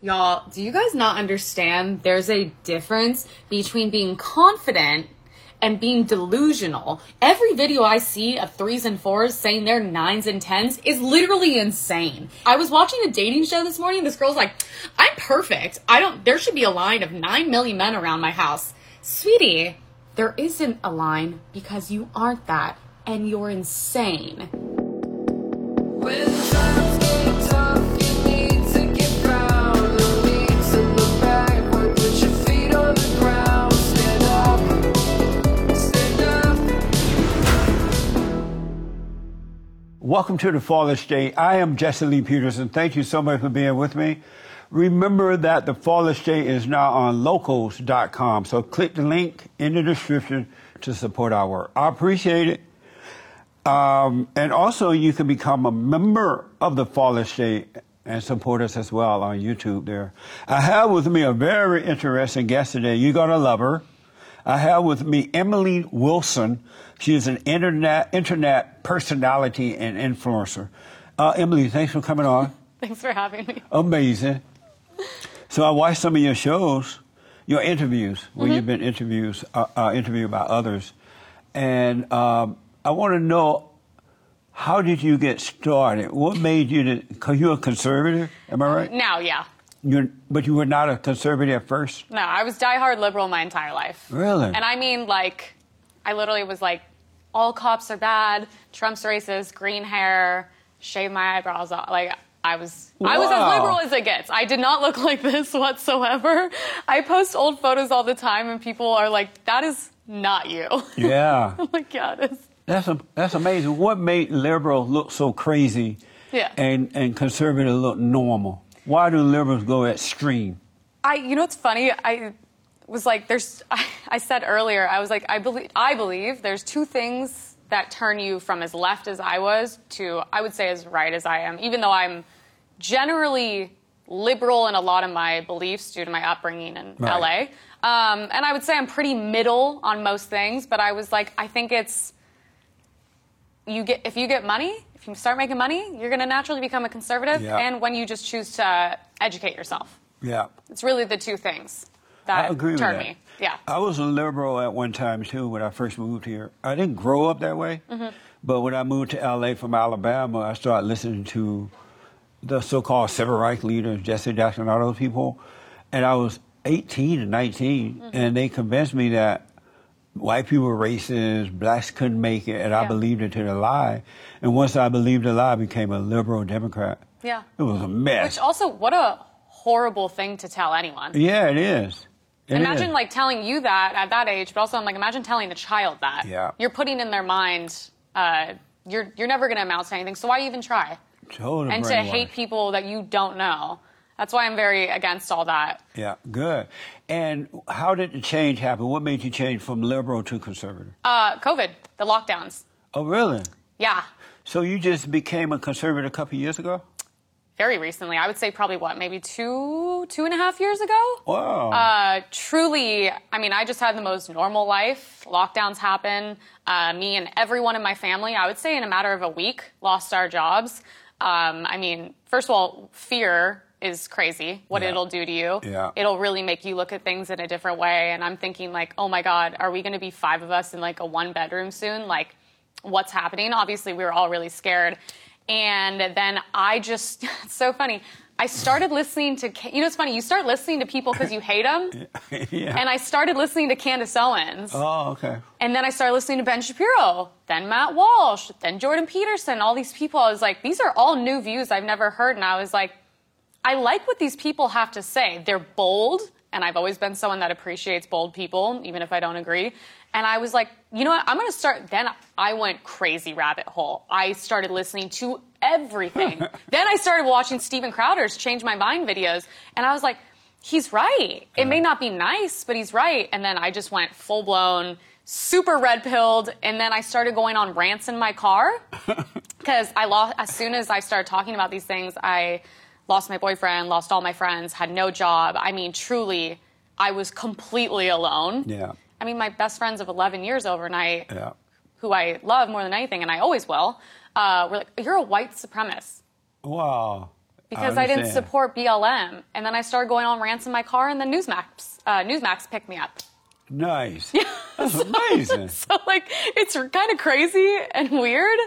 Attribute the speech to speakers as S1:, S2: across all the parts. S1: Y'all, do you guys not understand? There's a difference between being confident and being delusional. Every video I see of threes and fours saying they're nines and tens is literally insane. I was watching a dating show this morning. This girl's like, I'm perfect. I don't, there should be a line of nine million men around my house. Sweetie, there isn't a line because you aren't that and you're insane.
S2: Welcome to the Father's Day. I am Jesse Lee Peterson. Thank you so much for being with me. Remember that the Father's Day is now on locals.com. So click the link in the description to support our work. I appreciate it. Um, and also, you can become a member of the Father's Day and support us as well on YouTube there. I have with me a very interesting guest today. You're going to love her. I have with me Emily Wilson. She is an internet, internet personality and influencer. Uh, Emily, thanks for coming on.
S1: Thanks for having me.
S2: Amazing. So I watched some of your shows, your interviews, where
S1: Mm-hmm.
S2: you've been interviews, uh, uh, interviewed by others, and um, I want to know how did you get started? What made you? Because you're a conservative, am I right?
S1: Now, yeah.
S2: You're, but you were not a conservative at first.
S1: No, I was diehard liberal my entire life.
S2: Really?
S1: Uh, And I mean, like, I literally was like, all cops are bad, Trump's racist, green hair, shave my eyebrows off. Like, I was, I was
S2: Wow.
S1: as liberal as it gets. I did not look like this whatsoever. I post old photos all the time, and people are like, that is not you.
S2: Yeah,
S1: I'm like, yeah, it is.
S2: that's a, that's amazing. What made liberals look so crazy?
S1: Yeah.
S2: And and conservative look normal. Why do liberals go extreme?
S1: I, you know, it's funny. I was like, there's. I, I said earlier, I was like, I believe, I believe there's two things that turn you from as left as I was to, I would say, as right as I am. Even though I'm generally liberal in a lot of my beliefs due to my upbringing in
S2: Right.
S1: LA, um, and I would say I'm pretty middle on most things. But I was like, I think it's you get if you get money, if you start making money, you're going to naturally become a conservative.
S2: Yeah.
S1: And when you just choose to educate yourself.
S2: Yeah.
S1: It's really the two things
S2: I
S1: that
S2: agree with
S1: turn
S2: that. Oh,
S1: me. Yeah.
S2: I was a liberal at one time too when I first moved here. I didn't grow up that way,
S1: Mm-hmm.
S2: but when I moved to LA from Alabama, I started listening to the so-called civil rights leaders, Jesse Jackson, all those people, and I was 18 and 19,
S1: Mm-hmm.
S2: and they convinced me that white people were racist, blacks couldn't make it, and I
S1: Yeah.
S2: believed it to the lie. And once I believed the lie, I became a liberal Democrat.
S1: Yeah.
S2: It was a mess.
S1: Which also, what a horrible thing to tell anyone.
S2: yeah, it is. It
S1: imagine
S2: is.
S1: like telling you that at that age, but also I'm like, imagine telling a child that.
S2: Yeah.
S1: You're putting in their mind, uh, you're you're never going to amount to anything. So why even try?
S2: Total
S1: And to
S2: brainwash.
S1: hate people that you don't know. That's why I'm very against all that.
S2: Yeah, good. And how did the change happen? What made you change from liberal to conservative?
S1: Uh, COVID, the lockdowns.
S2: oh, really?
S1: Yeah.
S2: So you just became a conservative a couple years ago?
S1: Very recently, I would say probably what, maybe two, two and a half years ago.
S2: Wow.
S1: Uh, truly, I mean, I just had the most normal life. Lockdowns happen. Uh, me and everyone in my family, I would say, in a matter of a week, lost our jobs. Um, I mean, first of all, fear is crazy. What
S2: Yeah.
S1: it'll do to you.
S2: Yeah.
S1: It'll really make you look at things in a different way. And I'm thinking, like, oh my God, are we going to be five of us in like a one bedroom soon? Like, what's happening? Obviously, we were all really scared. And then I just, it's so funny. I started listening to, Ca- you know, it's funny. You start listening to people because you hate them.
S2: yeah.
S1: And I started listening to Candace Owens.
S2: oh, okay.
S1: And then I started listening to Ben Shapiro, then Matt Walsh, then Jordan Peterson, all these people. I was like, these are all new views I've never heard. And I was like, I like what these people have to say. They're bold. And I've always been someone that appreciates bold people, even if I don't agree. And I was like, you know what? I'm going to start. Then I went crazy rabbit hole. I started listening to everything. then I started watching Steven Crowder's Change My Mind videos. And I was like, he's right. It may not be nice, but he's right. And then I just went full blown, super red pilled. And then I started going on rants in my car because I lost as soon as I started talking about these things, I lost my boyfriend, lost all my friends, had no job. I mean, truly, I was completely alone.
S2: Yeah.
S1: I mean, my best friends of 11 years overnight,
S2: Yeah.
S1: who I love more than anything, and I always will, uh, were like, "You're a white supremacist."
S2: Wow.
S1: because I, didn't
S2: understand.
S1: support BLM. And then I started going on rants in my car, and then Newsmax, uh, Newsmax picked me up.
S2: Nice. That's amazing.
S1: So like, it's kind of crazy and weird.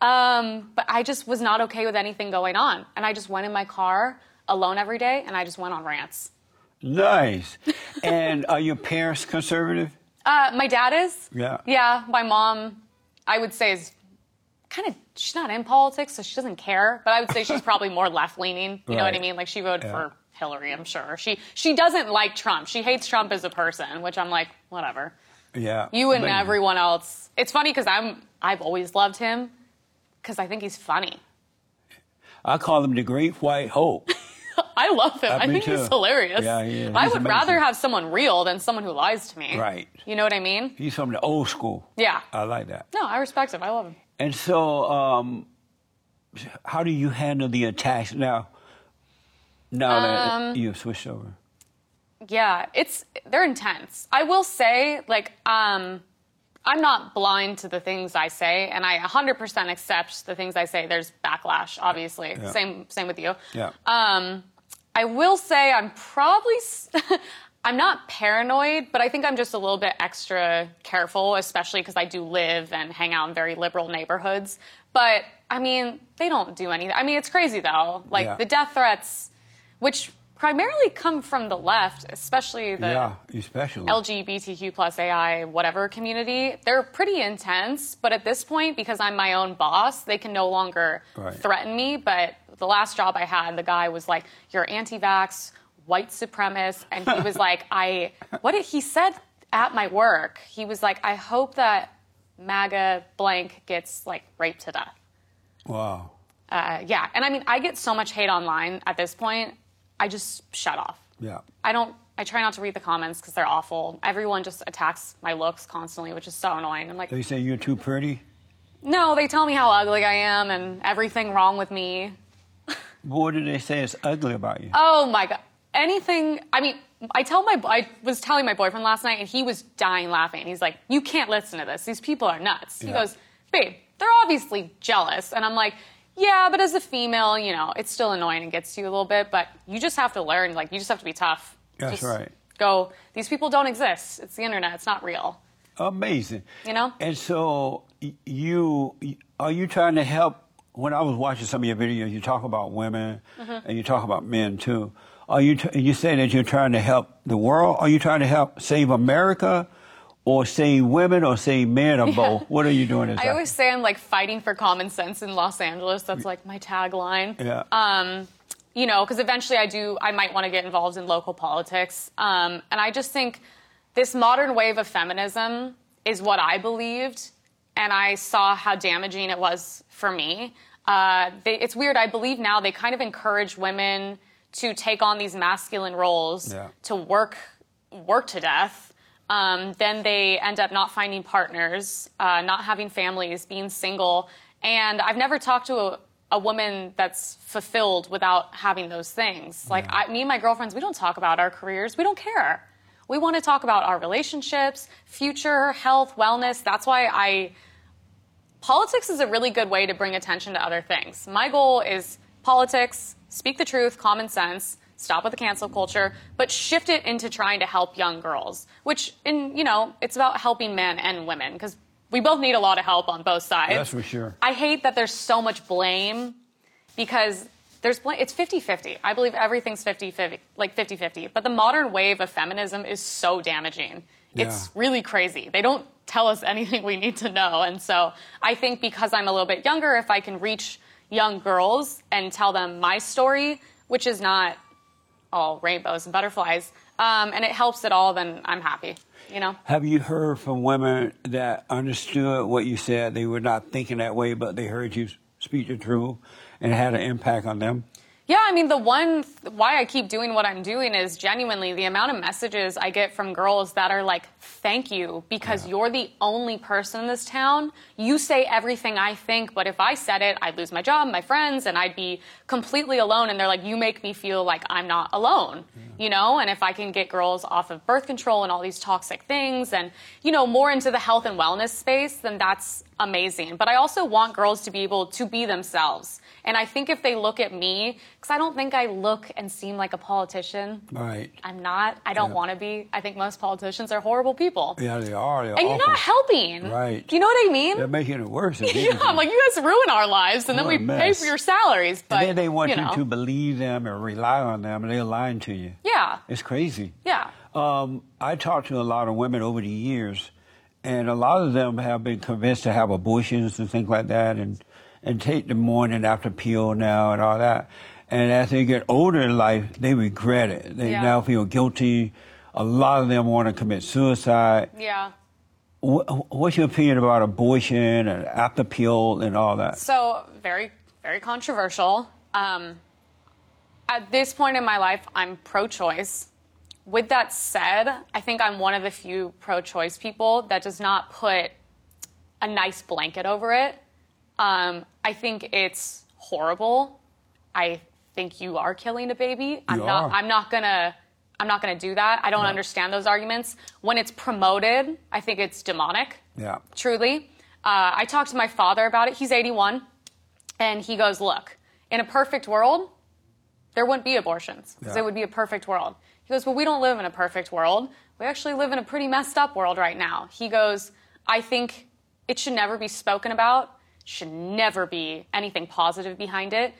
S1: Um, but I just was not okay with anything going on, and I just went in my car alone every day, and I just went on rants.
S2: Nice. And are your parents conservative?
S1: Uh, my dad is.
S2: Yeah.
S1: Yeah. My mom, I would say, is kind of she's not in politics, so she doesn't care. But I would say she's probably more left leaning. You know what I
S2: Right.
S1: mean? Like she voted
S2: Yeah.
S1: for Hillary, I'm sure. She she doesn't like Trump. She hates Trump as a person, which I'm like, whatever.
S2: Yeah.
S1: You and
S2: But-
S1: everyone else. It's funny because I'm I've always loved him because I think he's funny.
S2: I call him the Great White Hope.
S1: I love him.
S2: Uh,
S1: I
S2: me
S1: think
S2: too.
S1: he's hilarious.
S2: Yeah, he is.
S1: I
S2: He's amazing.
S1: would rather have someone real than someone who lies to me.
S2: Right. Uh,
S1: You know what I mean?
S2: He's from the old school.
S1: Yeah.
S2: I like that.
S1: No, I respect him. I love him.
S2: And so, um, how do you handle the attacks now? Now that you've switched over,
S1: Yeah, it's they're intense. I will say, like, um, I'm not blind to the things I say, and I 100% accept the things I say. There's backlash, obviously.
S2: Yeah.
S1: Same, same with you.
S2: Yeah.
S1: Um, I will say I'm probably s- I'm not paranoid, but I think I'm just a little bit extra careful, especially because I do live and hang out in very liberal neighborhoods. But I mean, they don't do anything. I mean, it's crazy though. Like
S2: Yeah.
S1: the death threats, which primarily come from the left, especially the
S2: yeah, especially
S1: LGBTQ plus AI whatever community, they're pretty intense. But at this point, because I'm my own boss, they can no longer
S2: Right.
S1: threaten me. But the last job I had, the guy was like, "You're anti-vax, white supremacist," and he was like, "I what did he said at my work? He was like, I hope that MAGA blank gets like raped to death."
S2: wow,
S1: Uh, yeah, and I mean, I get so much hate online at this point. I just shut off.
S2: yeah,
S1: I don't. I try not to read the comments because they're awful. Everyone just attacks my looks constantly, which is so annoying. I'm like,
S2: they say you're too pretty.
S1: no, they tell me how ugly I am and everything wrong with me.
S2: What do they say is ugly about you?
S1: Oh my god, anything. I mean, I tell my. I was telling my boyfriend last night, and he was dying laughing. He's like, you can't listen to this. These people are nuts. He
S2: Yeah.
S1: goes, babe, they're obviously jealous, and I'm like. Yeah, but as a female, you know, it's still annoying and gets to you a little bit, but you just have to learn. Like, you just have to be tough.
S2: That's
S1: Just
S2: right.
S1: Go, these people don't exist. It's the internet, it's not real.
S2: Amazing.
S1: You know?
S2: And so y- you are you trying to help? When I was watching some of your videos, you talk about women
S1: Mm-hmm.
S2: and you talk about men too. Are you t- you say that you're trying to help the world? Are you trying to help save America, or save women, or save men, or both? What are you doing? Exactly?
S1: I always say I'm like fighting for common sense in Los Angeles. That's like my tagline.
S2: Yeah.
S1: Um, you know, because eventually I do, I might want to get involved in local politics. Um, and I just think this modern wave of feminism is what I believed, and I saw how damaging it was for me. Uh, they, it's weird. I believe now they kind of encourage women to take on these masculine roles
S2: Yeah.
S1: to work work to death. Um, then they end up not finding partners, uh, not having families, being single. And I've never talked to a, a woman that's fulfilled without having those things. Like
S2: Yeah.
S1: I, me and my girlfriends, we don't talk about our careers. We don't care. We want to talk about our relationships, future, health, wellness. That's why I politics is a really good way to bring attention to other things. My goal is politics, speak the truth, common sense, stop with the cancel culture, but shift it into trying to help young girls, which in, you know, it's about helping men and women because we both need a lot of help on both sides.
S2: That's for sure.
S1: I hate that there's so much blame because there's bl- it's 50-50. I believe everything's 50-50, like 50-50. But the modern wave of feminism is so damaging. It's
S2: Yeah.
S1: really crazy. They don't tell us anything we need to know. And so I think because I'm a little bit younger, if I can reach young girls and tell them my story, which is not all rainbows and butterflies, um, and it helps at all, then I'm happy. You know?
S2: Have you heard from women that understood what you said? They were not thinking that way, but they heard you speak the truth and it had an impact on them.
S1: Yeah, I mean, the one th- why I keep doing what I'm doing is genuinely the amount of messages I get from girls that are like, thank you, because
S2: Yeah.
S1: you're the only person in this town. You say everything I think, but if I said it, I'd lose my job, my friends, and I'd be completely alone. And they're like, you make me feel like I'm not alone. you know, and if I can get girls off of birth control and all these toxic things and, you know, more into the health and wellness space, then that's amazing. But I also want girls to be able to be themselves. And I think if they look at me, because I don't think I look and seem like a politician.
S2: Right.
S1: I'm not. I don't
S2: Yeah.
S1: want to be. I think most politicians are horrible people.
S2: Yeah, they are. They're
S1: And
S2: awful.
S1: you're not helping.
S2: Right.
S1: Do you know what I mean?
S2: They're making it worse.
S1: Yeah, I'm like, you guys ruin our lives, and then
S2: What
S1: we
S2: a
S1: pay
S2: mess.
S1: for your salaries. But
S2: and then they want you,
S1: you, know,
S2: to believe them and rely on them, and they're lying to you.
S1: Yeah.
S2: It's crazy.
S1: Yeah.
S2: Um, I talked to a lot of women over the years, and a lot of them have been convinced to have abortions and things like that, and and take the morning after pill now and all that. And as they get older in life, they regret it. They
S1: Yeah.
S2: now feel guilty. A lot of them want to commit suicide.
S1: Yeah.
S2: Wh- What's your opinion about abortion and after pill and all that?
S1: So very, very controversial. Um, at this point in my life, I'm pro-choice. With that said, I think I'm one of the few pro-choice people that does not put a nice blanket over it. Um, I think it's horrible. I think you are killing a baby. I'm
S2: You
S1: not.
S2: are.
S1: I'm not gonna. I'm not gonna do that. I don't
S2: No.
S1: understand those arguments. When it's promoted, I think it's demonic
S2: Yeah.
S1: truly. Uh, I talked to my father about it. He's 81. And he goes, Look, in a perfect world, there wouldn't be abortions because
S2: Yeah.
S1: it would be a perfect world. He goes, Well, we don't live in a perfect world. We actually live in a pretty messed up world right now. He goes, I think it should never be spoken about, should never be anything positive behind it.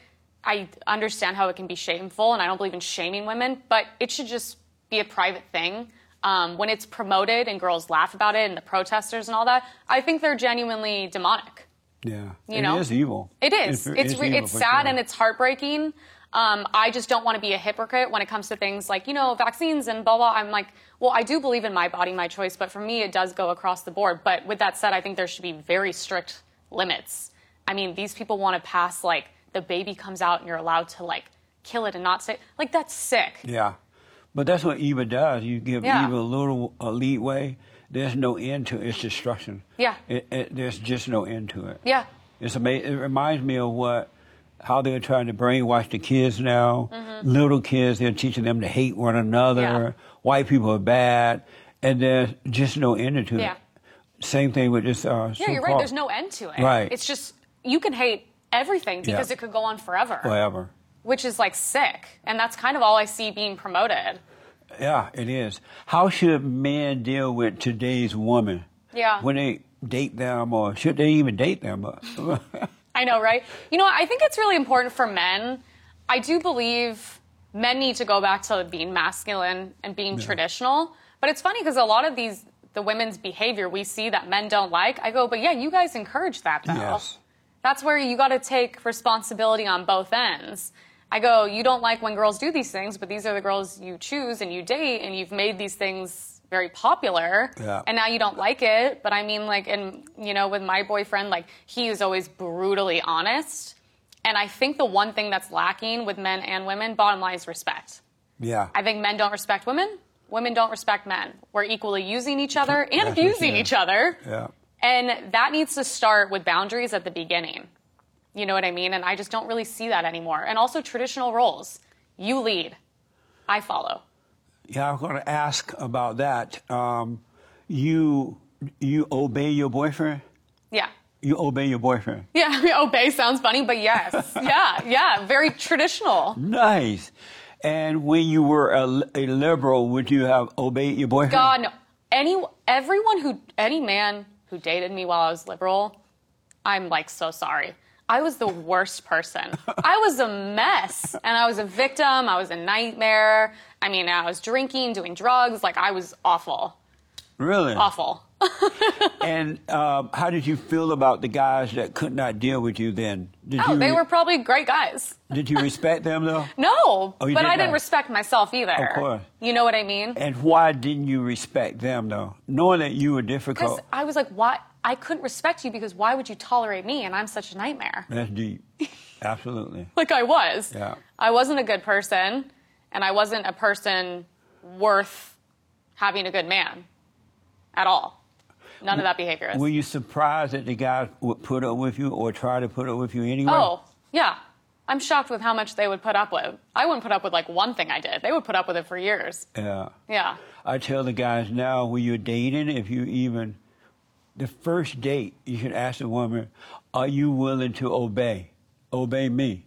S1: I understand how it can be shameful, and I don't believe in shaming women, but it should just be a private thing. Um, when it's promoted and girls laugh about it and the protesters and all that, I think they're genuinely demonic.
S2: Yeah.
S1: You know?
S2: It is evil.
S1: It is.
S2: It's,
S1: It's it's, re-
S2: evil
S1: it's
S2: for
S1: sad
S2: sure.
S1: and it's heartbreaking. Um, I just don't want to be a hypocrite when it comes to things like you know vaccines and blah blah. I'm like, well, I do believe in my body, my choice, but for me, it does go across the board. But with that said, I think there should be very strict limits. I mean, these people want to pass like the baby comes out and you're allowed to like kill it and not say like that's sick.
S2: Yeah, but that's what evil does. You give
S1: Yeah.
S2: evil a little a leeway. There's no end to its destruction.
S1: Yeah.
S2: It, it, there's just no end to it.
S1: Yeah.
S2: It's ama- It reminds me of what how they're trying to brainwash the kids now. Little kids, they're teaching them to hate one another.
S1: Mm-hmm. Yeah.
S2: White people are bad, and there's just no end to
S1: Yeah.
S2: it. Same thing with this. Uh,
S1: Yeah, you're right.
S2: so-called-
S1: There's no end to it.
S2: Right.
S1: It's just you can hate everything
S2: Yeah.
S1: because it could go on forever,
S2: forever.
S1: which is like sick. And that's kind of all I see being promoted.
S2: Yeah, it is. How should men deal with today's woman?
S1: Yeah.
S2: When they date them, or should they even date them?
S1: I know, right? You know, I think it's really important for men. I do believe men need to go back to being masculine and being traditional. But it's funny because a lot of these, the women's behavior we see that men don't like, I go, but yeah, you guys encourage that though.
S2: Yes.
S1: That's where you got to take responsibility on both ends. I go, you don't like when girls do these things, but these are the girls you choose and you date, and you've made these things very popular.
S2: Yeah.
S1: And now you don't like it. But I mean, like, and, you know, with my boyfriend, like, he is always brutally honest. And I think the one thing that's lacking with men and women, bottom line, is respect.
S2: yeah.
S1: I think men don't respect women, women don't respect men. We're equally using each other and
S2: Yes,
S1: abusing
S2: yeah.
S1: each other.
S2: yeah.
S1: And that needs to start with boundaries at the beginning. You know what I mean? And I just don't really see that anymore. And also traditional roles. You lead, I follow.
S2: Yeah, I'm going to ask about that. Um, you you obey your boyfriend?
S1: Yeah.
S2: You obey your boyfriend.
S1: Yeah, obey sounds funny, but yes. Yeah, yeah, very traditional.
S2: Nice. And when you were a, a liberal, would you have obeyed your boyfriend?
S1: God, no. Any, everyone who, any man who dated me while I was liberal, I'm like so sorry. I was the worst person. I was a mess and I was a victim. I was a nightmare. I mean, I was drinking, doing drugs. Like, I was awful.
S2: Really?
S1: Awful.
S2: And um, how did you feel about the guys that could not deal with you then? Did
S1: Oh,
S2: you
S1: they
S2: re-
S1: were probably great guys.
S2: Did you respect them though?
S1: No,
S2: Oh, you
S1: but
S2: did
S1: I didn't
S2: not.
S1: respect myself either.
S2: Of course.
S1: You know what I mean?
S2: And why didn't you respect them though, knowing that you were
S1: Because
S2: difficult?
S1: I was like, why? I couldn't respect you because why would you tolerate me and I'm such a nightmare?
S2: That's deep. Absolutely.
S1: Like I was.
S2: Yeah.
S1: I wasn't a good person and I wasn't a person worth having a good man at all. None of that behavior is.
S2: Were you surprised that the guys would put up with you or try to put up with you anyway?
S1: oh, yeah. I'm shocked with how much they would put up with. I wouldn't put up with like one thing I did. They would put up with it for years.
S2: Yeah.
S1: Yeah.
S2: I tell the guys now when you're dating, if you even, the first date, you should ask the woman, are you willing to obey? Obey me.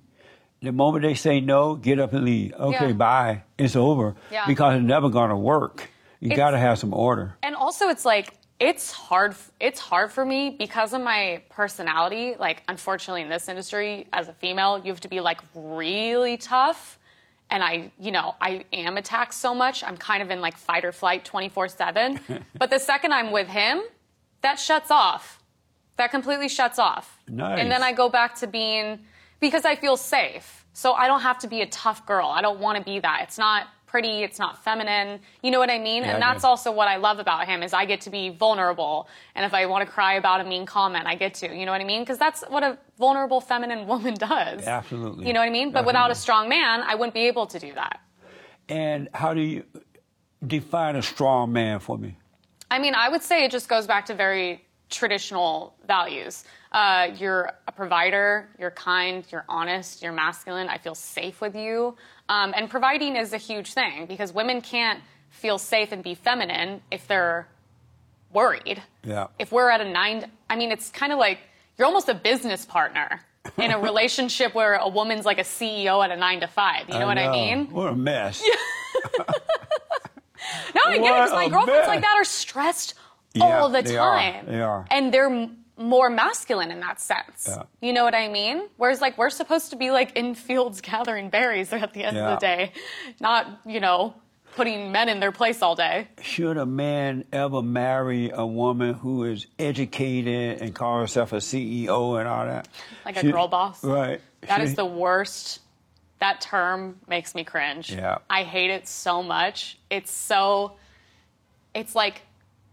S2: The moment they say no, get up and leave. Okay,
S1: Yeah.
S2: bye. It's over.
S1: Yeah.
S2: Because it's never going to work. You
S1: It's-
S2: got to have some order.
S1: And also it's like it's hard it's hard for me because of my personality. Like unfortunately in this industry as a female, you have to be like really tough. And I, you know, I am attacked so much. I'm kind of in like fight or flight 24/7. but the second I'm with him, that shuts off. That completely shuts off.
S2: Nice.
S1: And then I go back to being because I feel safe. So I don't have to be a tough girl. I don't want to be that. It's not pretty, it's not feminine. You know what I mean?
S2: Yeah,
S1: and
S2: I
S1: that's
S2: do.
S1: also what I love about him is I get to be vulnerable. And if I want to cry about a mean comment, I get to. You know what I mean? Because that's what a vulnerable feminine woman does.
S2: Absolutely.
S1: You know what I mean? But without a
S2: Definitely.
S1: strong man, I wouldn't be able to do that.
S2: And how do you define a strong man for me?
S1: I mean, I would say it just goes back to very traditional values. Uh, you're a provider, you're kind, you're honest, you're masculine, I feel safe with you. Um, and providing is a huge thing because women can't feel safe and be feminine if they're worried.
S2: Yeah.
S1: If we're at a nine, I mean, it's kind of like you're almost a business partner in a relationship where a woman's like a CEO at a nine to five. You know what I mean?
S2: What a mess.
S1: No, I get it. 'cause
S2: What
S1: My
S2: a
S1: girlfriends like
S2: mess.
S1: that are stressed
S2: Yeah,
S1: all the
S2: they are.
S1: time.
S2: They are.
S1: And they're m- more masculine in that sense.
S2: Yeah.
S1: You know what I mean? Whereas, like, we're supposed to be like in fields gathering berries at the end
S2: Yeah.
S1: of the day, not, you know, putting men in their place all day.
S2: Should a man ever marry a woman who is educated and call herself a CEO and all that?
S1: Like a
S2: Should-
S1: girl boss.
S2: Right.
S1: That
S2: Should-
S1: is the worst. That term makes me cringe.
S2: Yeah.
S1: I hate it so much. It's so, it's like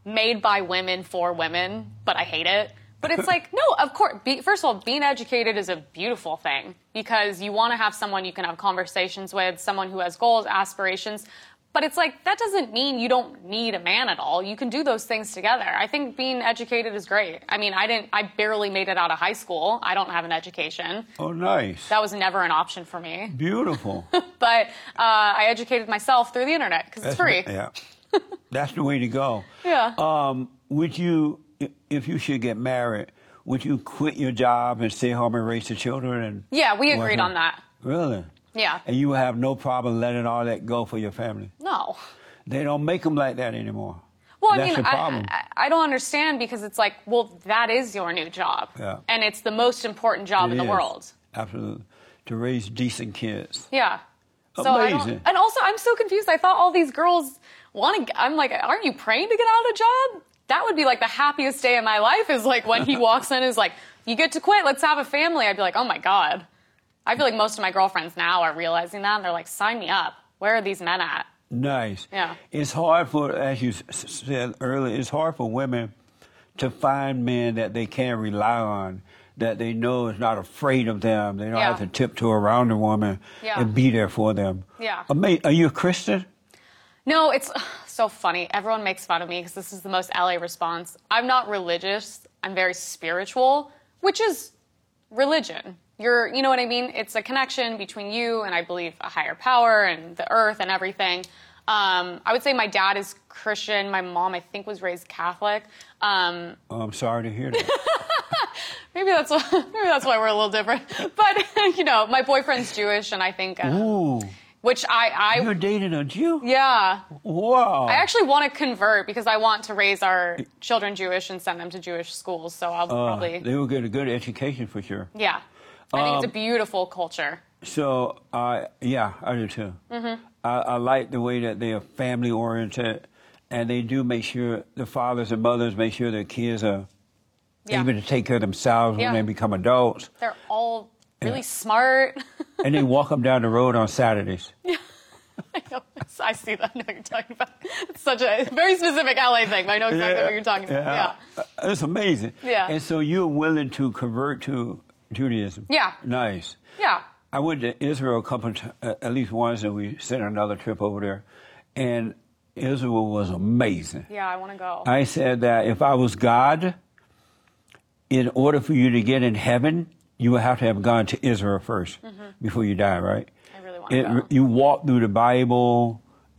S1: made by women for women, but I hate it. But it's like, no, of course, be, first of all, being educated is a beautiful thing because you want to have someone you can have conversations with, someone who has goals, aspirations. But it's like, that doesn't mean you don't need a man at all. You can do those things together. I think being educated is great. I mean, I didn't, I barely made it out of high school. I don't have an education
S2: Oh, nice.
S1: that was never an option for me.
S2: Beautiful.
S1: But uh, I educated myself through the internet because it's
S2: That's
S1: free.
S2: the- yeah. That's the way to go.
S1: Yeah.
S2: Um, would you, i- if you should get married, would you quit your job and stay home and raise the children? And
S1: Yeah, we
S2: Well,
S1: agreed
S2: huh.
S1: on that.
S2: Really?
S1: Yeah.
S2: And you would have no problem letting all that go for your family?
S1: No.
S2: They don't make them like that anymore.
S1: Well, I
S2: That's
S1: mean,
S2: the problem.
S1: I, I, I don't understand because it's like, well, that is your new job,
S2: Yeah.
S1: and it's the most important job
S2: It
S1: in the
S2: is.
S1: world.
S2: Absolutely. To raise decent kids.
S1: Yeah. So I don't,
S2: Amazing.
S1: and also, I'm so confused. I thought all these girls want to. I'm like, aren't you praying to get out of a job? That would be like the happiest day in my life. Is like when he walks in, and is like, you get to quit. Let's have a family. I'd be like, oh my god. I feel like most of my girlfriends now are realizing that, and they're like, sign me up. Where are these men at?
S2: Nice.
S1: Yeah.
S2: It's hard for, as you s- s- said earlier, it's hard for women to find men that they can rely on, that they know is not afraid of them. They don't
S1: Yeah.
S2: have to tiptoe around a woman
S1: Yeah.
S2: and be there for them.
S1: Yeah.
S2: Ama- are you a Christian?
S1: No, it's so funny. Everyone makes fun of me because this is the most LA response. I'm not religious. I'm very spiritual, which is religion. You're, you know what I mean? It's a connection between you and I believe a higher power and the earth and everything. Um, I would say my dad is Christian. My mom, I think, was raised Catholic. Um,
S2: Oh, I'm sorry to hear that.
S1: maybe that's why, maybe that's why we're a little different. But you know, my boyfriend's Jewish, and I think, uh,
S2: Ooh,
S1: which I,
S2: you're
S1: I,
S2: dating a Jew?
S1: yeah,
S2: Wow.
S1: I actually want to convert because I want to raise our children Jewish and send them to Jewish schools. So I'll
S2: Uh,
S1: probably,
S2: They will get a good education for sure.
S1: yeah. I think
S2: Um,
S1: it's a beautiful culture.
S2: So, uh, yeah, I do too.
S1: Mm-hmm.
S2: I, I like the way that they are family oriented, and they do make sure the fathers and mothers make sure their kids are
S1: Yeah.
S2: able to take care of themselves
S1: Yeah.
S2: when they become adults,
S1: They're all really
S2: Yeah.
S1: smart.
S2: and they walk them down the road on Saturdays.
S1: I know- I see that. I know what you're talking about. It's such a very specific LA thing. but I know exactly what you're talking about. Yeah.
S2: Uh, it's amazing.
S1: Yeah.
S2: and so you're willing to convert to Judaism.
S1: Yeah.
S2: nice.
S1: Yeah.
S2: I went to Israel a couple, t- uh, at least once, and we sent another trip over there, and Israel was amazing.
S1: Yeah. I want to go.
S2: I said that if I was God, in order for you to get in heaven, you would have to have gone to Israel 1st before you die, right?
S1: Mm-hmm. I really wanna
S2: it,
S1: go.
S2: You walk through the Bible.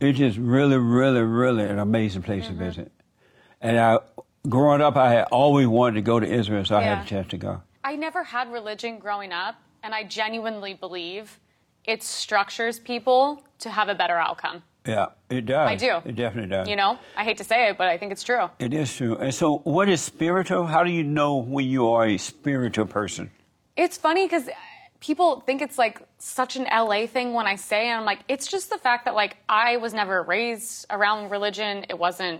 S2: It's just really, really, really an amazing place
S1: Mm-hmm.
S2: to visit. And I, growing up, I had always wanted to go to Israel, so I had
S1: Yeah.
S2: a chance to go.
S1: I never had religion growing up, and I genuinely believe it structures people to have a better outcome.
S2: Yeah, it does.
S1: I do.
S2: It definitely does.
S1: You know, I hate to say it, but I think it's true.
S2: It is true. And so, what is spiritual? How do you know when you are a spiritual person?
S1: It's funny because people think it's like such an LA thing when I say, and I'm like, it's just the fact that like I was never raised around religion. It wasn't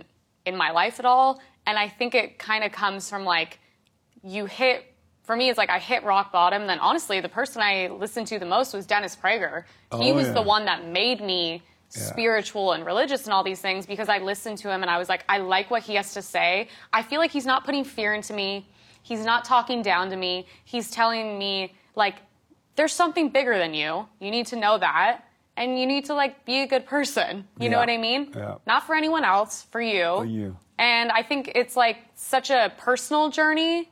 S1: in my life at all, and I think it kind of comes from like you hit. For me, it's like I hit rock bottom. Then honestly, the person I listened to the most was Dennis Prager. he
S2: Oh,
S1: was
S2: yeah.
S1: the one that made me spiritual and religious and all these things because I listened to him and I was like, I like what he has to say. I feel like he's not putting fear into me. He's not talking down to me. He's telling me, like, there's something bigger than you. You need to know that. And you need to, like, be a good person. You know
S2: Yeah.
S1: what I mean?
S2: Yeah.
S1: Not for anyone else, for you. For
S2: you.
S1: And I think it's, like, such a personal journey.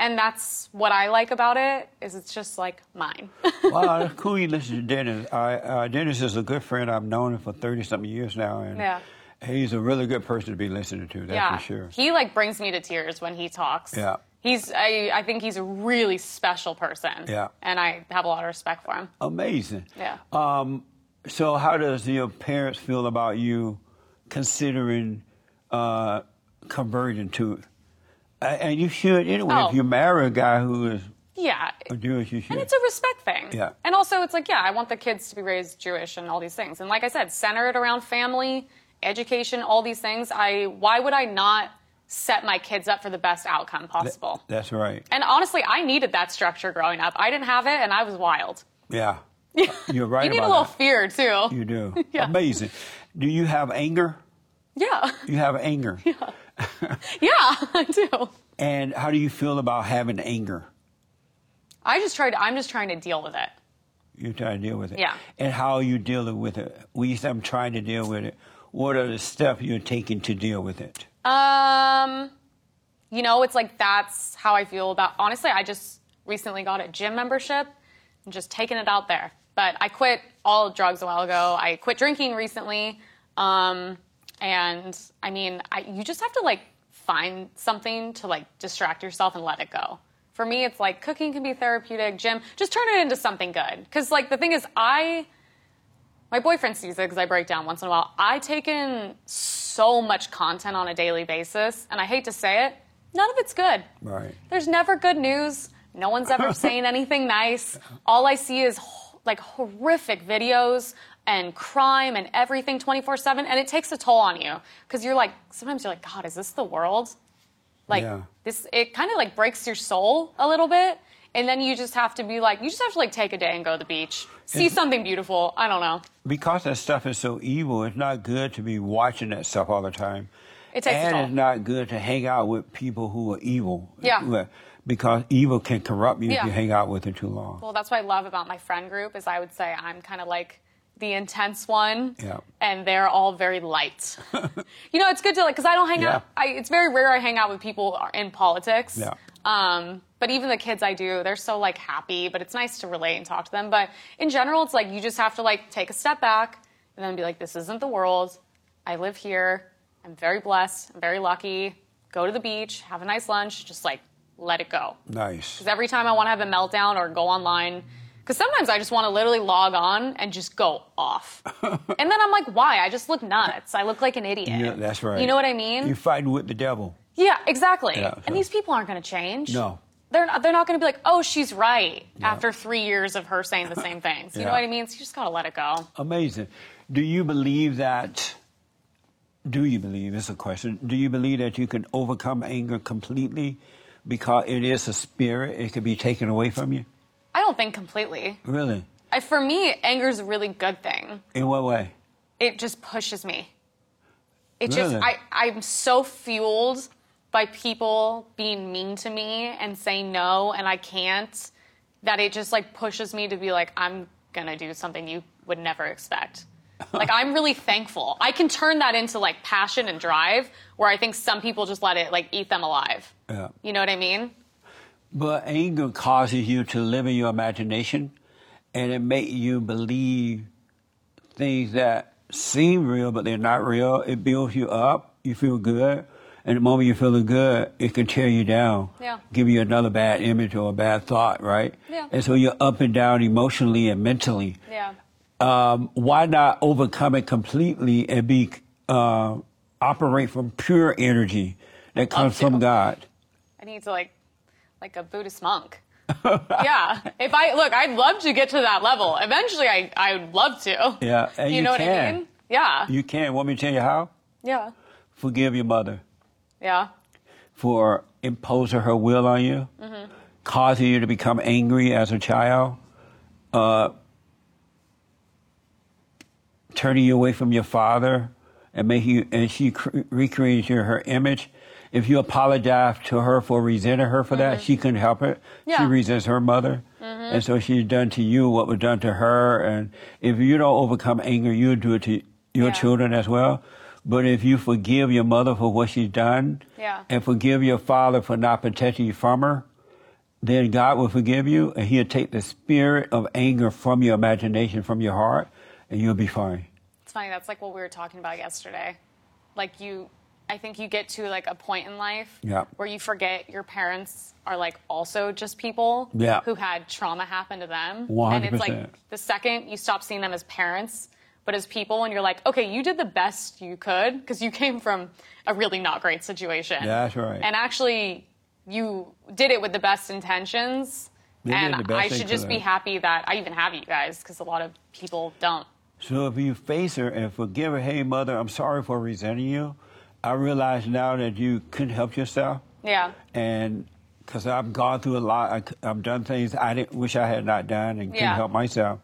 S1: And that's what I like about it is it's just like mine.
S2: wow, that's cool. You listen to Dennis. I, uh, Dennis is a good friend. I've known him for thirty something years now, and
S1: Yeah.
S2: he's a really good person to be listening to. That's
S1: yeah,
S2: for sure.
S1: he like brings me to tears when he talks.
S2: Yeah.
S1: he's I, I think he's a really special person.
S2: Yeah.
S1: and I have a lot of respect for him.
S2: Amazing.
S1: Yeah.
S2: Um, so, how does your parents feel about you considering uh, converting to it? A- And you should anyway.
S1: Oh.
S2: If you marry a guy who is
S1: Yeah,
S2: Jewish, you should.
S1: and it's a respect thing.
S2: Yeah.
S1: and also it's like yeah, I want the kids to be raised Jewish and all these things. And like I said, centered around family, education, all these things. I why would I not set my kids up for the best outcome possible?
S2: That's right.
S1: and honestly, I needed that structure growing up. I didn't have it, and I was wild.
S2: Yeah. You're right.
S1: You need a
S2: about
S1: little
S2: that.
S1: fear too.
S2: You do.
S1: Yeah.
S2: Amazing. Do you have anger?
S1: yeah,
S2: You have anger.
S1: yeah, I do.
S2: And how do you feel about having anger?
S1: I just tried. I'm just trying to deal with it.
S2: You try to deal with it.
S1: Yeah.
S2: And how are you dealing with it? We said I'm trying to deal with it. What are the steps you're taking to deal with it?
S1: Uh, Um, you know, it's like that's how I feel about. Honestly, I just recently got a gym membership and just taking it out there. But I quit all drugs a while ago. I quit drinking recently. Um, and I mean, I, you just have to like find something to like distract yourself and let it go. For me, it's like cooking can be therapeutic. Gym, just turn it into something good. Because like the thing is, I my boyfriend sees it because I break down once in a while. I take in so much content on a daily basis, and I hate to say it, none of it's good.
S2: Right.
S1: There's never good news. No one's ever saying anything nice. All I see is ho- like horrific videos and crime and everything 24 7, and it takes a toll on you because you're like, sometimes you're like, God, is this the world? Like,
S2: Yeah.
S1: this, it kind of like breaks your soul a little bit. And then you just have to be like, you just have to like take a day and go to the beach, see
S2: Is-
S1: something beautiful. I don't know.
S2: Because that stuff is so evil, it's not good to be watching that stuff all the time.
S1: It takes a
S2: and
S1: toll.
S2: it's not good to hang out with people who are evil.
S1: Yeah.
S2: Who are- Because evil can corrupt you if
S1: Yeah.
S2: you hang out with it too long.
S1: Well, that's what I love about my friend group is I would say I'm kind of like the intense one,
S2: Yeah.
S1: and they're all very light. you know, it's good to like because I don't hang
S2: Yeah.
S1: out. I, it's very rare I hang out with people in politics.
S2: Yeah.
S1: Um, but even the kids I do, they're so like happy. But it's nice to relate and talk to them. But in general, it's like you just have to like take a step back and then be like, this isn't the world. I live here. I'm very blessed. I'm very lucky. Go to the beach, have a nice lunch, just like let it go.
S2: nice.
S1: Because every time I want to have a meltdown or go online, because sometimes I just want to literally log on and just go off. and then I'm like, why? I just look nuts. I look like an idiot.
S2: Yeah, that's right.
S1: You know what I mean?
S2: You're fighting with the devil.
S1: yeah, exactly.
S2: Yeah, so-
S1: And these people aren't going to change.
S2: No.
S1: They're not, they're not going to be like, oh, she's right after three years of her saying the same things. You know
S2: Yeah.
S1: what I mean? So you just got to let it go.
S2: Amazing. Do you believe that? Do you believe? It's a question. Do you believe that you can overcome anger completely because it is a spirit? It can be taken away from you.
S1: I don't think completely.
S2: Really?
S1: I, for me, anger is a really good thing.
S2: In what way?
S1: it just pushes me. It
S2: Really?
S1: just I, I'm so fueled by people being mean to me and saying no and I can't that it just like pushes me to be like I'm gonna do something you would never expect. like I'm really thankful. I can turn that into like passion
S2: Uh,
S1: and drive where I think some people just let it like eat them alive.
S2: Yeah.
S1: You know what I mean?
S2: But anger causes you to live in your imagination and it makes you believe things that seem real but they're not real. It builds you up, you feel good, and the moment you're feeling good, it can tear you down.
S1: Yeah.
S2: Give you another bad image or a bad thought, right?
S1: Yeah.
S2: And so you're up and down emotionally and mentally.
S1: Yeah.
S2: Um, why not overcome it completely and be uh, operate from pure energy that comes from
S1: to.
S2: God?
S1: I need to like, like a Buddhist monk. yeah. If I look, I'd love to get to that level. Eventually, I I would love to.
S2: Yeah, and you
S1: know what I
S2: can.
S1: mean? Yeah.
S2: You can. Want me to tell you how?
S1: yeah.
S2: Forgive your mother
S1: Yeah.
S2: for imposing her will on you, causing you to become angry as a child, uh, turning you away from your father, and making you, and she cr- recreates your, her image. If you apologize to her for resenting her for that, she couldn't help it. She
S1: Yeah.
S2: resents her mother. And so she's done to you what was done to her. And if you don't overcome anger, you'll do it to your
S1: Yeah.
S2: children as well. But if you forgive your mother for what she's done,
S1: Yeah.
S2: and forgive your father for not protecting you from her, then God will forgive you and he'll take the spirit of anger from your imagination, from your heart, and you'll be fine.
S1: It's funny. That's like what we were talking about yesterday. Like you, I think you get to like a point in life
S2: Yeah.
S1: where you forget your parents are like also just people
S2: Yeah.
S1: who had trauma happen to them. And it's like
S2: 100%.
S1: the second you stop seeing them as parents, but as people, and you're like, okay, you did the best you could because you came from a really not great situation.
S2: That's right.
S1: And actually, you did it with the best intentions.
S2: They did
S1: and
S2: the best
S1: I
S2: they
S1: should just
S2: could.
S1: be happy that I even have you guys because a lot of people don't.
S2: So if you face her and forgive her, hey, mother, I'm sorry for resenting you. I realize now that you couldn't help yourself.
S1: Yeah.
S2: And because I've gone through a lot, I, c- I've done things I didn't wish I had not done and couldn't
S1: Yeah.
S2: help myself.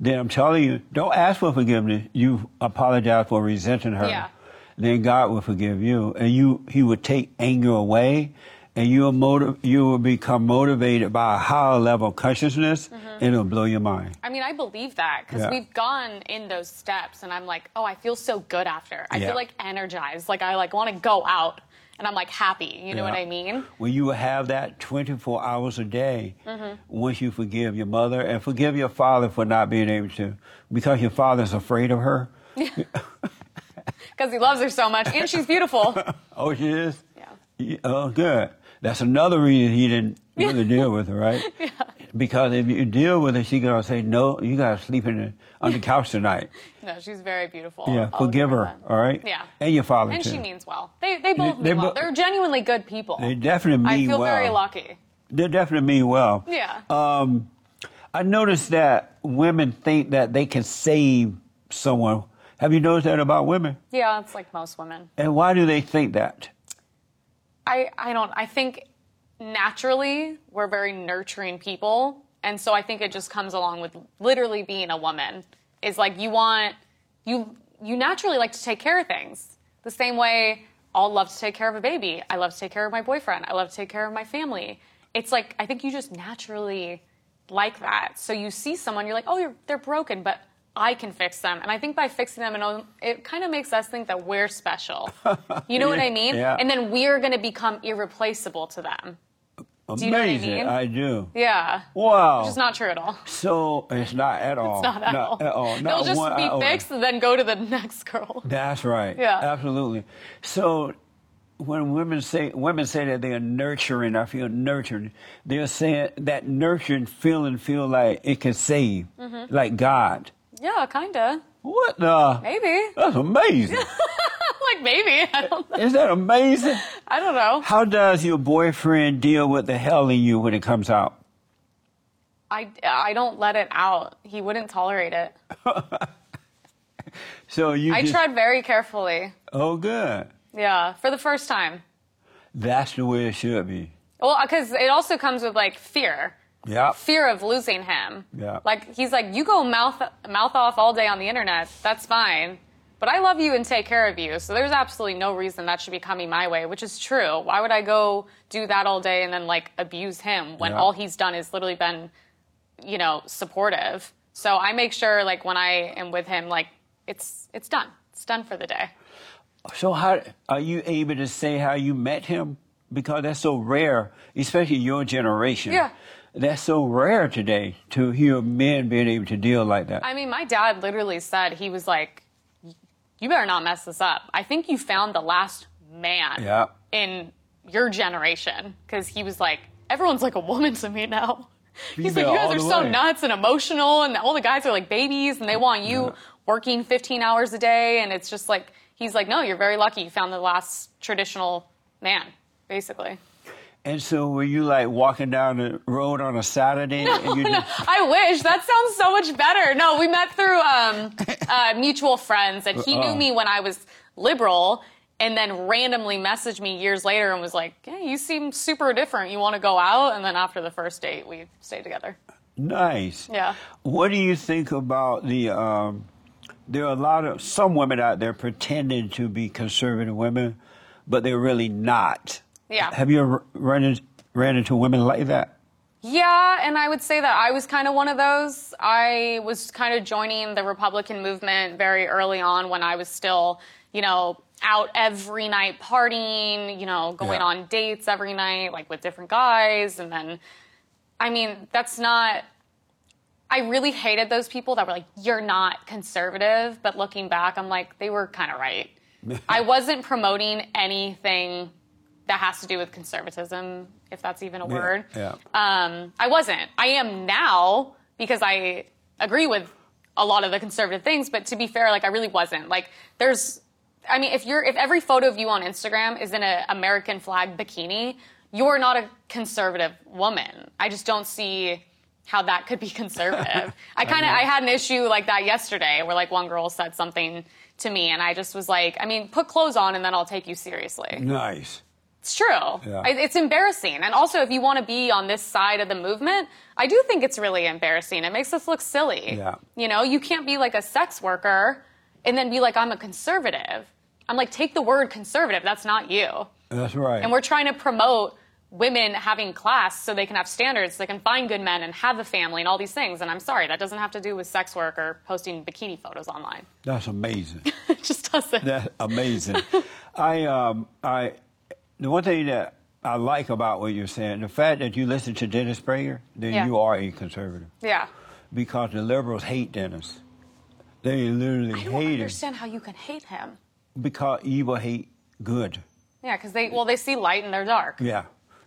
S2: Then I'm telling you, don't ask for forgiveness. You apologize for resenting her.
S1: Yeah.
S2: Then God will forgive you, and you He will take anger away, and you will motiv- you will become motivated by a higher level of consciousness,
S1: Mm-hmm.
S2: and it'll blow your mind.
S1: I mean, I believe that because
S2: Yeah.
S1: we've gone in those steps, and I'm like, oh, I feel so good after. I
S2: Yeah.
S1: feel like energized. Like I like want to go out, and I'm like happy. You know what
S2: Yeah.
S1: I mean?
S2: Well, you will have that 24 hours a day
S1: Mm-hmm.
S2: once you forgive your mother and forgive your father for not being able to, because your father's afraid of her.
S1: Because he loves her so much, and she's beautiful.
S2: Oh, she is?
S1: Yeah.
S2: Yeah. Oh, good. That's another reason he didn't really deal with her, right? Yeah. Because if you deal with her, she's going to say, no, you got to sleep in the, on the couch tonight.
S1: no, she's very beautiful.
S2: Yeah,
S1: I'll
S2: forgive her,
S1: that.
S2: all right?
S1: Oh, Yeah.
S2: And your father,
S1: And
S2: too.
S1: she means well. They they both
S2: they
S1: mean well.
S2: bo-
S1: They're genuinely good people.
S2: They definitely
S1: I
S2: mean
S1: feel
S2: well.
S1: very lucky.
S2: They definitely mean well.
S1: Yeah.
S2: Um, I noticed that women think that they can save someone. Have you noticed that about women?
S1: Yeah, it's like most women.
S2: And why do they think that?
S1: I, I don't I think naturally we're very nurturing people and so I think it just comes along with literally being a woman is like you want you you naturally like to take care of things the same way I'll love to take care of a baby I love to take care of my boyfriend I love to take care of my family it's like I think you just naturally like that so you see someone you're like oh you're, they're broken but I can fix them and I think by fixing them and it kind of makes us think that we're special you know what I mean
S2: Yeah.
S1: and then then we're going to become irreplaceable to them.
S2: Amazing.
S1: you know what I mean?
S2: do.
S1: Yeah.
S2: Wow.
S1: Which is not true at all.
S2: so it's not at all.
S1: Not at all.
S2: uh, oh, Not
S1: They'll just
S2: one
S1: be
S2: iota.
S1: fixed and then go to the next girl.
S2: That's right.
S1: Yeah.
S2: Absolutely. So when women say women say that they are nurturing, I feel nurturing. They're saying that nurturing feeling feel like it can save,
S1: Mm-hmm.
S2: like God.
S1: Yeah, kinda.
S2: What the?
S1: Maybe.
S2: That's amazing.
S1: like maybe. I don't.
S2: Is that amazing?
S1: I don't know.
S2: How does your boyfriend deal with the hell in you when it comes out?
S1: I I don't let it out. He wouldn't tolerate it.
S2: So you
S1: I
S2: just,
S1: tried very carefully.
S2: Oh, good.
S1: Yeah, for the first time.
S2: That's the way it should be.
S1: Well, because it also comes with like fear.
S2: Yeah.
S1: Fear of losing him.
S2: Yeah.
S1: Like he's like, you go mouth mouth off all day on the internet. That's fine, but I love you and take care of you. So there's absolutely no reason that should be coming my way, which is true. Why would I go do that all day and then like abuse him when
S2: Yeah.
S1: all he's done is literally been, you know, supportive. So I make sure like when I am with him, like it's it's done. It's done for the day.
S2: So how are you able to say how you met him? because that's so rare, especially your generation.
S1: Yeah.
S2: That's so rare today to hear men being able to deal like that.
S1: I mean, my dad literally said he was like, "You better not mess this up. I think you found the last man
S2: Yeah.
S1: in your generation." Because he was like, "Everyone's like a woman to me now." He's like,
S2: Female
S1: "You
S2: all
S1: guys are
S2: the
S1: so
S2: way."
S1: nuts and emotional, and all the guys are like babies, and they want you working 15 hours a day." And it's just like he's like, "No, you're very lucky. You found the last traditional man, basically."
S2: and so were you like walking down the road on a Saturday and you
S1: No,
S2: just-
S1: I wish. That sounds so much better. No, we met through um, uh, mutual friends, and he
S2: Oh.
S1: knew me when I was liberal, and then randomly messaged me years later and was like, "Yeah, you seem super different. You want to go out?" And then after the first date, we stayed together.
S2: Nice.
S1: Yeah.
S2: What do you think about the? Um, there are a lot of some women out there pretending to be conservative women, but they're really not.
S1: Yeah.
S2: Have you ever run in, ran into women like that?
S1: Yeah, and I would say that I was kind of one of those. I was kind of joining the Republican movement very early on when I was still, you know, out every night partying, you know, going
S2: Yeah.
S1: on dates every night, like with different guys. And then, I mean, that's not, I really hated those people that were like, you're not conservative. But looking back, I'm like, they were kind of right. I wasn't promoting anything that has to do with conservatism, if that's even a word.
S2: Yeah.
S1: Um, I wasn't. I am now because I agree with a lot of the conservative things. But to be fair, like I really wasn't. Like there's, I mean, if you're if every photo of you on Instagram is in an American flag bikini, you're not a conservative woman. I just don't see how that could be conservative. I kind of I had an issue like that yesterday where like one girl said something to me and I just was like, I mean, put clothes on and then I'll take you seriously.
S2: Nice.
S1: It's true.
S2: Yeah.
S1: I- It's embarrassing. And also, if you want to be on this side of the movement, I do think it's really embarrassing. It makes us look silly.
S2: Yeah.
S1: You know, you can't be like a sex worker and then be like, I'm a conservative. I'm like, take the word conservative. That's not you.
S2: That's right.
S1: And we're trying to promote women having class so they can have standards, so they can find good men and have a family and all these things. And I'm sorry, that doesn't have to do with sex work or posting bikini photos online.
S2: That's amazing.
S1: it just doesn't.
S2: That's amazing. I um I the one thing that I like about what you're saying, the fact that you listen to Dennis Prager, then
S1: Yeah.
S2: you are a conservative.
S1: yeah.
S2: Because the liberals hate Dennis. They literally
S1: I don't
S2: hate him.
S1: understand how you can hate him.
S2: because evil hate good.
S1: Yeah, because they well they see light and they're dark.
S2: Yeah.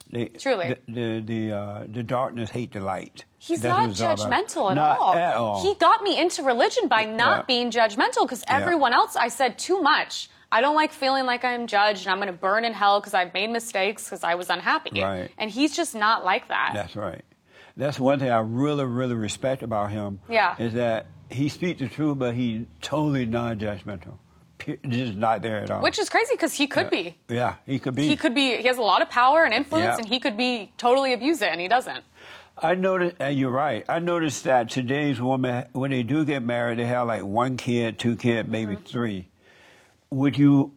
S2: They,
S1: Truly.
S2: The the the, uh, the darkness hate the light.
S1: He's
S2: That's
S1: not
S2: what it's all about.
S1: judgmental at,
S2: Not
S1: all.
S2: At all.
S1: He got me into religion by not
S2: Yeah.
S1: being judgmental because everyone else I said too much. I don't like feeling like I'm judged and I'm going to burn in hell because I've made mistakes because I was unhappy.
S2: Right.
S1: And he's just not like that.
S2: That's right. That's one thing I really really respect about him.
S1: Yeah.
S2: Is that he speaks the truth, but he totally non-judgmental. Pe- Just not there at all.
S1: Which is crazy because he could be.
S2: yeah, he could be.
S1: He could be. He has a lot of power and influence
S2: Yeah.
S1: and he could be totally abuse it and he doesn't.
S2: I noticed, and you're right. I noticed that today's women, when they do get married, they have like one kid, two kid, maybe
S1: Mm-hmm.
S2: three. Would you?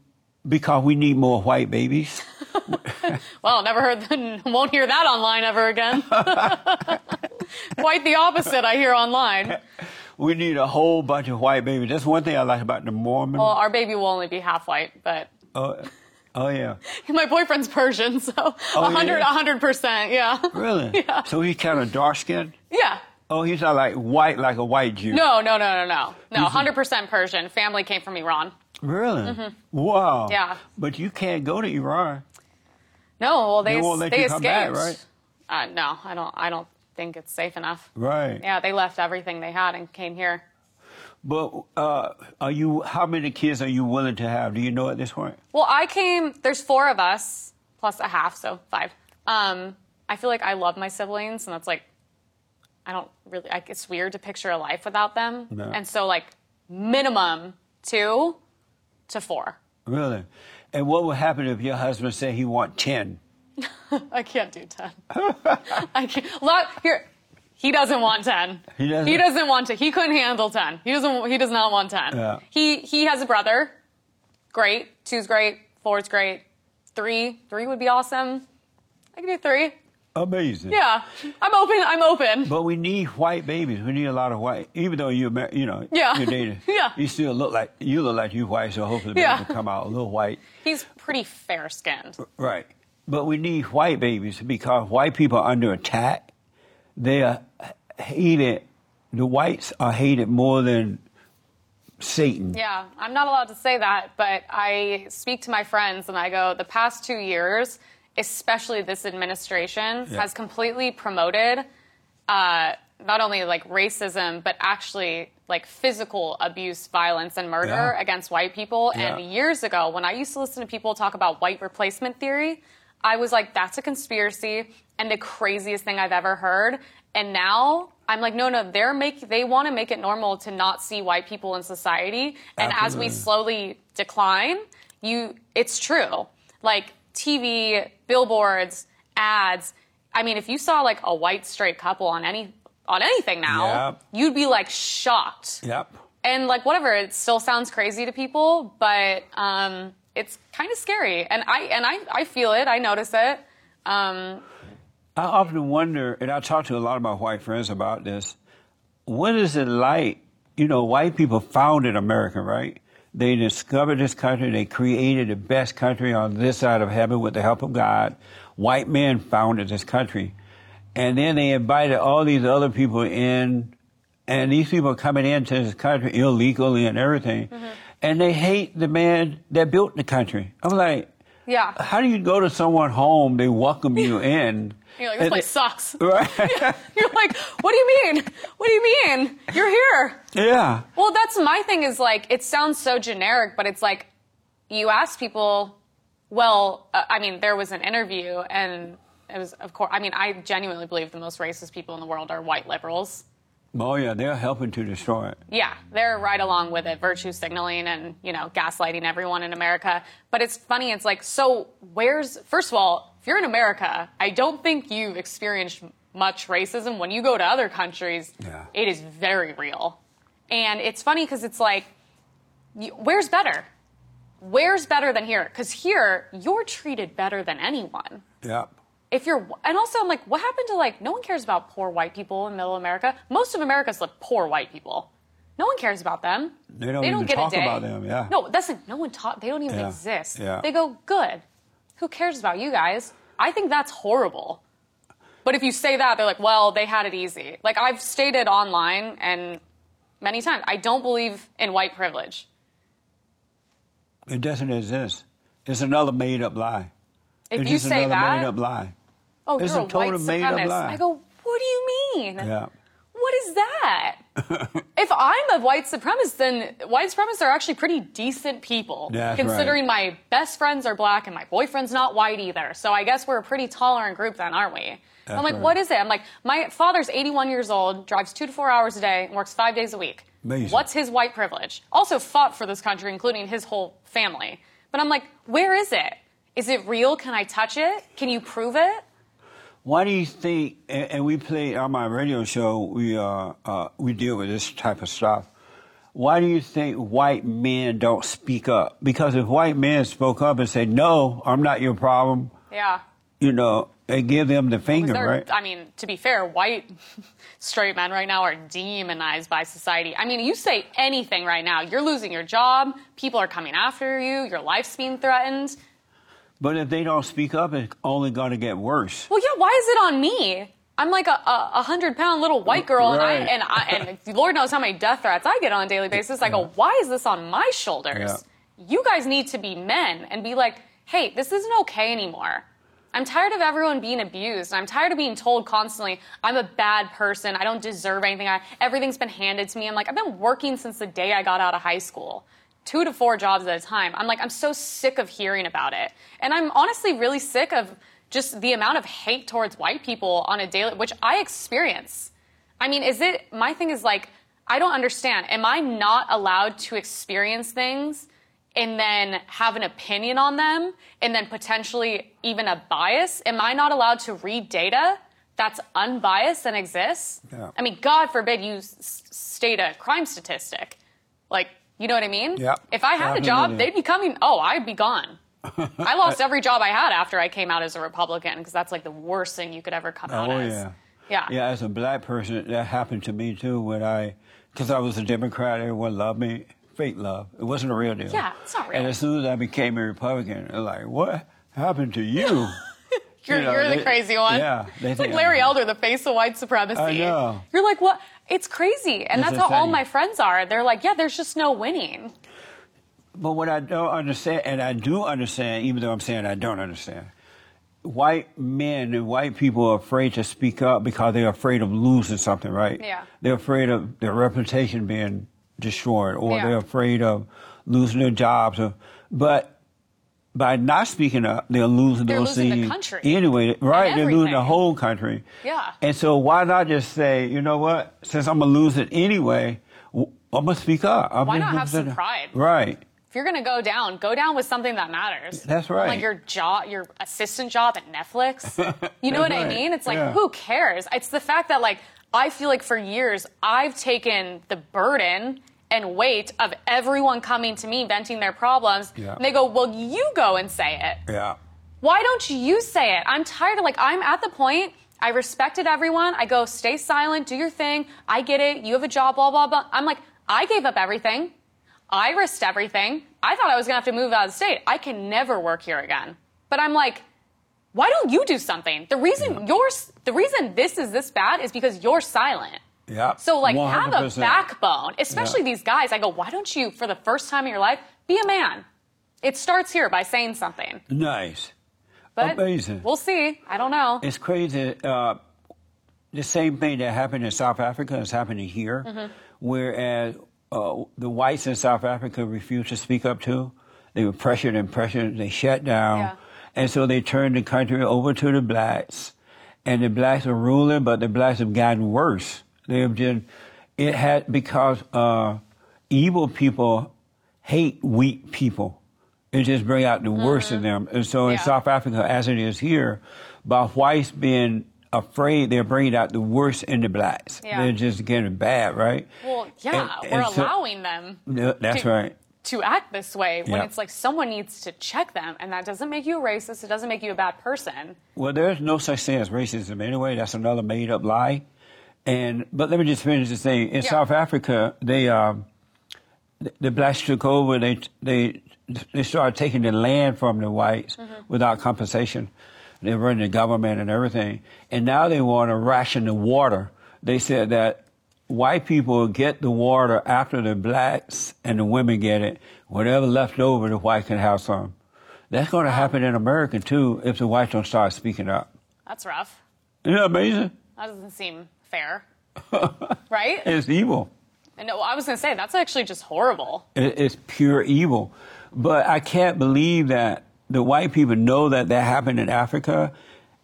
S2: Because we need more white babies.
S1: Well, never heard that. Won't hear that online ever again. Quite the opposite I hear online.
S2: We need a whole bunch of white babies. That's one thing I like about the Mormon.
S1: Well, our baby will only be half white, but
S2: oh, oh yeah,
S1: My boyfriend's Persian, so a
S2: Oh, he
S1: 100,
S2: is?
S1: a 100%. Yeah.
S2: really? So he's kind of dark skinned.
S1: Yeah.
S2: Oh, he's not like white, like a white Jew.
S1: No, no, no, no, no. No, 100% Persian. Family came from Iran.
S2: Really? Wow.
S1: Mm-hmm. Yeah.
S2: But you can't go to Iran.
S1: No, well, they,
S2: They won't let
S1: they
S2: you come
S1: escaped.
S2: back, right?
S1: Uh, no, I don't, I don't think it's safe enough.
S2: Right.
S1: Yeah, they left everything they had and came here.
S2: But uh, are you? How many kids are you willing to have? Do you know at this point?
S1: Well, I came, there's four of us, plus a half, so five. Um, I feel like I love my siblings, and that's like, I don't really, like, it's weird to picture a life without them.
S2: No.
S1: And so, like, minimum two to four.
S2: Really? And what would happen if your husband said he want ten?
S1: I can't do 10. I can't. Lot, here, he doesn't want 10.
S2: He doesn't?
S1: want to. He couldn't handle 10. He doesn't he does not want 10.
S2: Yeah.
S1: He he has a brother. Great. Two's great. Four's great. 3 3 would be awesome. I can do 3.
S2: Amazing.
S1: Yeah. I'm open. I'm open.
S2: But we need white babies. We need a lot of white. Even though you, Amer- you know,
S1: Yeah.
S2: you're dating,
S1: Yeah.
S2: you still look like you look like you white. So hopefully, the
S1: Yeah.
S2: baby will come out a little white,
S1: He's pretty fair skinned.
S2: right? But we need white babies because white people are under attack. They are hated. The whites are hated more than Satan.
S1: Yeah, I'm not allowed to say that, but I speak to my friends and I go, the past two years, especially this administration,
S2: Yeah.
S1: has completely promoted uh, not only like racism, but actually like physical abuse, violence, and murder
S2: Yeah.
S1: against white people.
S2: Yeah.
S1: And years ago, when I used to listen to people talk about white replacement theory, I was like, that's a conspiracy and the craziest thing I've ever heard. And now I'm like, no, no, they're make they want to make it normal to not see white people in society. And as we
S2: Absolutely.
S1: slowly decline, you it's true. Like TV, billboards, ads. I mean, if you saw like a white straight couple on any on anything now,
S2: Yep.
S1: you'd be like shocked.
S2: Yep.
S1: And like whatever, it still sounds crazy to people, but um, it's kind of scary. And I and I, I feel it. I notice it. Um,
S2: I often wonder, and I talk to a lot of my white friends about this. What is it like? You know, white people founded America, right? They discovered this country. They created the best country on this side of heaven with the help of God. White men founded this country, and then they invited all these other people in, and these people are coming into this country illegally and everything, and they hate the man that built the country. I'm like,
S1: yeah.
S2: how do you go to someone home? They welcome you in.
S1: You're like, this
S2: and
S1: place sucks.
S2: they- Right?
S1: You're like, what do you mean? What do you mean? You're here.
S2: yeah.
S1: Well, that's my thing is like, it sounds so generic, but it's like, you ask people, well, uh, I mean, there was an interview, and it was, of course, I mean, I genuinely believe the most racist people in the world are white liberals.
S2: Oh, yeah, they're helping to destroy it.
S1: Yeah, they're right along with it, virtue signaling and, you know, gaslighting everyone in America. But it's funny, it's like, so where's, first of all, if you're in America, I don't think you've experienced much racism. When you go to other countries,
S2: Yeah.
S1: it is very real. And it's funny because it's like, y- where's better? Where's better than here? Because here, you're treated better than anyone
S2: Yeah.
S1: if you're and also i'm like what happened to like no one cares about poor white people in middle america most of america's like poor white people no one cares about them
S2: They don't even
S1: get
S2: talk
S1: a day.
S2: about them, yeah.
S1: no that's like no one taught they don't even
S2: Yeah,
S1: exist
S2: yeah.
S1: they go good who cares about you guys i think that's horrible but if you say that they're like well they had it easy like i've stated online and many times i don't believe in white privilege
S2: It doesn't exist. It's another made up lie.
S1: if
S2: it's
S1: you
S2: just
S1: say
S2: another
S1: that
S2: made up lie.
S1: oh
S2: It's a
S1: you're a white
S2: total made-up
S1: supremacist
S2: lie.
S1: i go what do you mean
S2: Yeah.
S1: What is that? if I'm a white supremacist, then white supremacists are actually pretty decent people.
S2: That's
S1: considering my best friends are black and my boyfriend's not white either. So I guess we're a pretty tolerant group then, aren't we?
S2: That's
S1: I'm like,
S2: right.
S1: what is it? I'm like, my father's 81 years old, drives two to four hours a day, and works five days a week.
S2: Amazing.
S1: What's his white privilege? Also fought for this country, including his whole family. But I'm like, where is it? Is it real? Can I touch it? Can you prove it?
S2: Why do you think? And, and we play on my radio show. We uh, uh, we deal with this type of stuff. Why do you think white men don't speak up? Because if white men spoke up and said, "No, I'm not your problem,"
S1: Yeah.
S2: you know, and give them the finger,
S1: They're-
S2: right?
S1: I mean, to be fair, white straight men right now are demonized by society. I mean, you say anything right now, you're losing your job, people are coming after you, your life's being threatened.
S2: But if they don't speak up, it's only going to get worse.
S1: Well, yeah, why is it on me? I'm like a, a, a hundred pound little white girl,
S2: Right.
S1: and I, and, I, and Lord knows how many death threats I get on a daily basis. I go, why is this on my shoulders? You guys need to be men and be like, hey, this isn't okay anymore. I'm tired of everyone being abused. I'm tired of being told constantly, I'm a bad person. I don't deserve anything. I, everything's been handed to me. I'm like, I've been working since the day I got out of high school, two to four jobs at a time. I'm like, I'm so sick of hearing about it. And I'm honestly really sick of just the amount of hate towards white people on a daily, which I experience. I mean, is it my thing is like, I don't understand. Am I not allowed to experience things and then have an opinion on them and then potentially even a bias? Am I not allowed to read data that's unbiased and exists?
S2: Yeah.
S1: I mean, God forbid you s- s- state a crime statistic. Like, you know what I mean?
S2: Yeah.
S1: If I had a job,
S2: Absolutely.
S1: they'd be coming, oh, I'd be gone. I lost every job I had after I came out as a Republican because that's like the worst thing you could ever come out
S2: Oh
S1: as.
S2: yeah.
S1: Yeah.
S2: Yeah, as a black person, that happened to me too when I, because I was a Democrat, everyone loved me. Fake love. It wasn't a real deal.
S1: Yeah, it's not real.
S2: And as soon as I became a Republican, they're like, what happened to you?
S1: You're,
S2: You know,
S1: you're
S2: they-
S1: the crazy one.
S2: yeah, they
S1: it's like
S2: think-
S1: Larry Elder, the face of white supremacy.
S2: I know.
S1: You're like, what? It's crazy. And
S2: That's
S1: that's
S2: what
S1: how
S2: I'm
S1: all
S2: saying.
S1: my friends are. They're like, yeah, there's just no winning.
S2: But what I don't understand, and I do understand, even though I'm saying I don't understand, white men and white people are afraid to speak up because they're afraid of losing something, right?
S1: Yeah.
S2: They're afraid of their reputation being destroyed, or
S1: Yeah.
S2: they're afraid of losing their jobs. Or, but by not speaking up, they're losing
S1: They're
S2: those
S1: losing the
S2: things
S1: country.
S2: anyway. Right? They're losing the
S1: everything.
S2: whole country.
S1: Yeah.
S2: And so why not just say, you know what? Since I'm gonna lose it anyway, w- I'm gonna speak up. I'm
S1: Why
S2: gonna
S1: not have some
S2: represent-
S1: pride?
S2: Right.
S1: If you're going to go down, go down with something that matters.
S2: That's right.
S1: Like your job, your assistant job at Netflix. You know what
S2: That's
S1: I
S2: right.
S1: mean? It's like,
S2: Yeah.
S1: who cares? It's the fact that, like, I feel like for years I've taken the burden and weight of everyone coming to me venting their problems.
S2: Yeah.
S1: And they go, well, you go and say it.
S2: Yeah.
S1: why don't you say it? I'm tired of like I'm at the point. I respected everyone. I go, stay silent, do your thing. I get it. You have a job, blah blah blah. I'm like, I gave up everything. I risked everything. I thought I was gonna have to move out of the state. I can never work here again. But I'm like, why don't you do something? The reason you're s- the reason this is this bad is because you're silent.
S2: Yeah.
S1: So like have a
S2: 100%.
S1: backbone, especially
S2: Yeah.
S1: these guys. I go, why don't you, for the first time in your life, be a man? It starts here by saying something.
S2: Nice.
S1: But
S2: Amazing.
S1: We'll see. I don't know.
S2: It's crazy. Uh, the same thing that happened in South Africa is happening here, whereas uh, the whites in South Africa refused to speak up to. They were pressured and pressured. They shut down,
S1: Yeah.
S2: and so they turned the country over to the blacks, and the blacks are ruling, but the blacks have gotten worse. They have been, it had because uh, evil people hate weak people. It just bring out the worst in them, and so in
S1: Yeah.
S2: South Africa, as it is here, by whites being afraid they're bringing out the worst in the blacks.
S1: Yeah.
S2: They're just getting bad, right?
S1: well, yeah,
S2: And-
S1: we're
S2: and so-
S1: allowing them.
S2: Yeah, that's
S1: to,
S2: right.
S1: To act this way when
S2: Yeah.
S1: it's like someone needs to check them, and that doesn't make you a racist. It doesn't make you a bad person.
S2: Well, there's no such thing as racism anyway. That's another made up lie. And but let me just finish this thing. In
S1: Yeah.
S2: South Africa, they um, the, the blacks took over. They they they started taking the land from the whites without compensation. They run the government and everything. And now they want to ration the water. They said that white people get the water after the blacks and the women get it. Whatever left over, the white can have some. That's going to happen in America too if the whites don't start speaking up.
S1: That's rough.
S2: Isn't that amazing?
S1: That doesn't seem fair, right?
S2: It's evil.
S1: And no, I was gonna say that's actually just horrible.
S2: It- It's pure evil. But I can't believe that the white people know that that happened in Africa,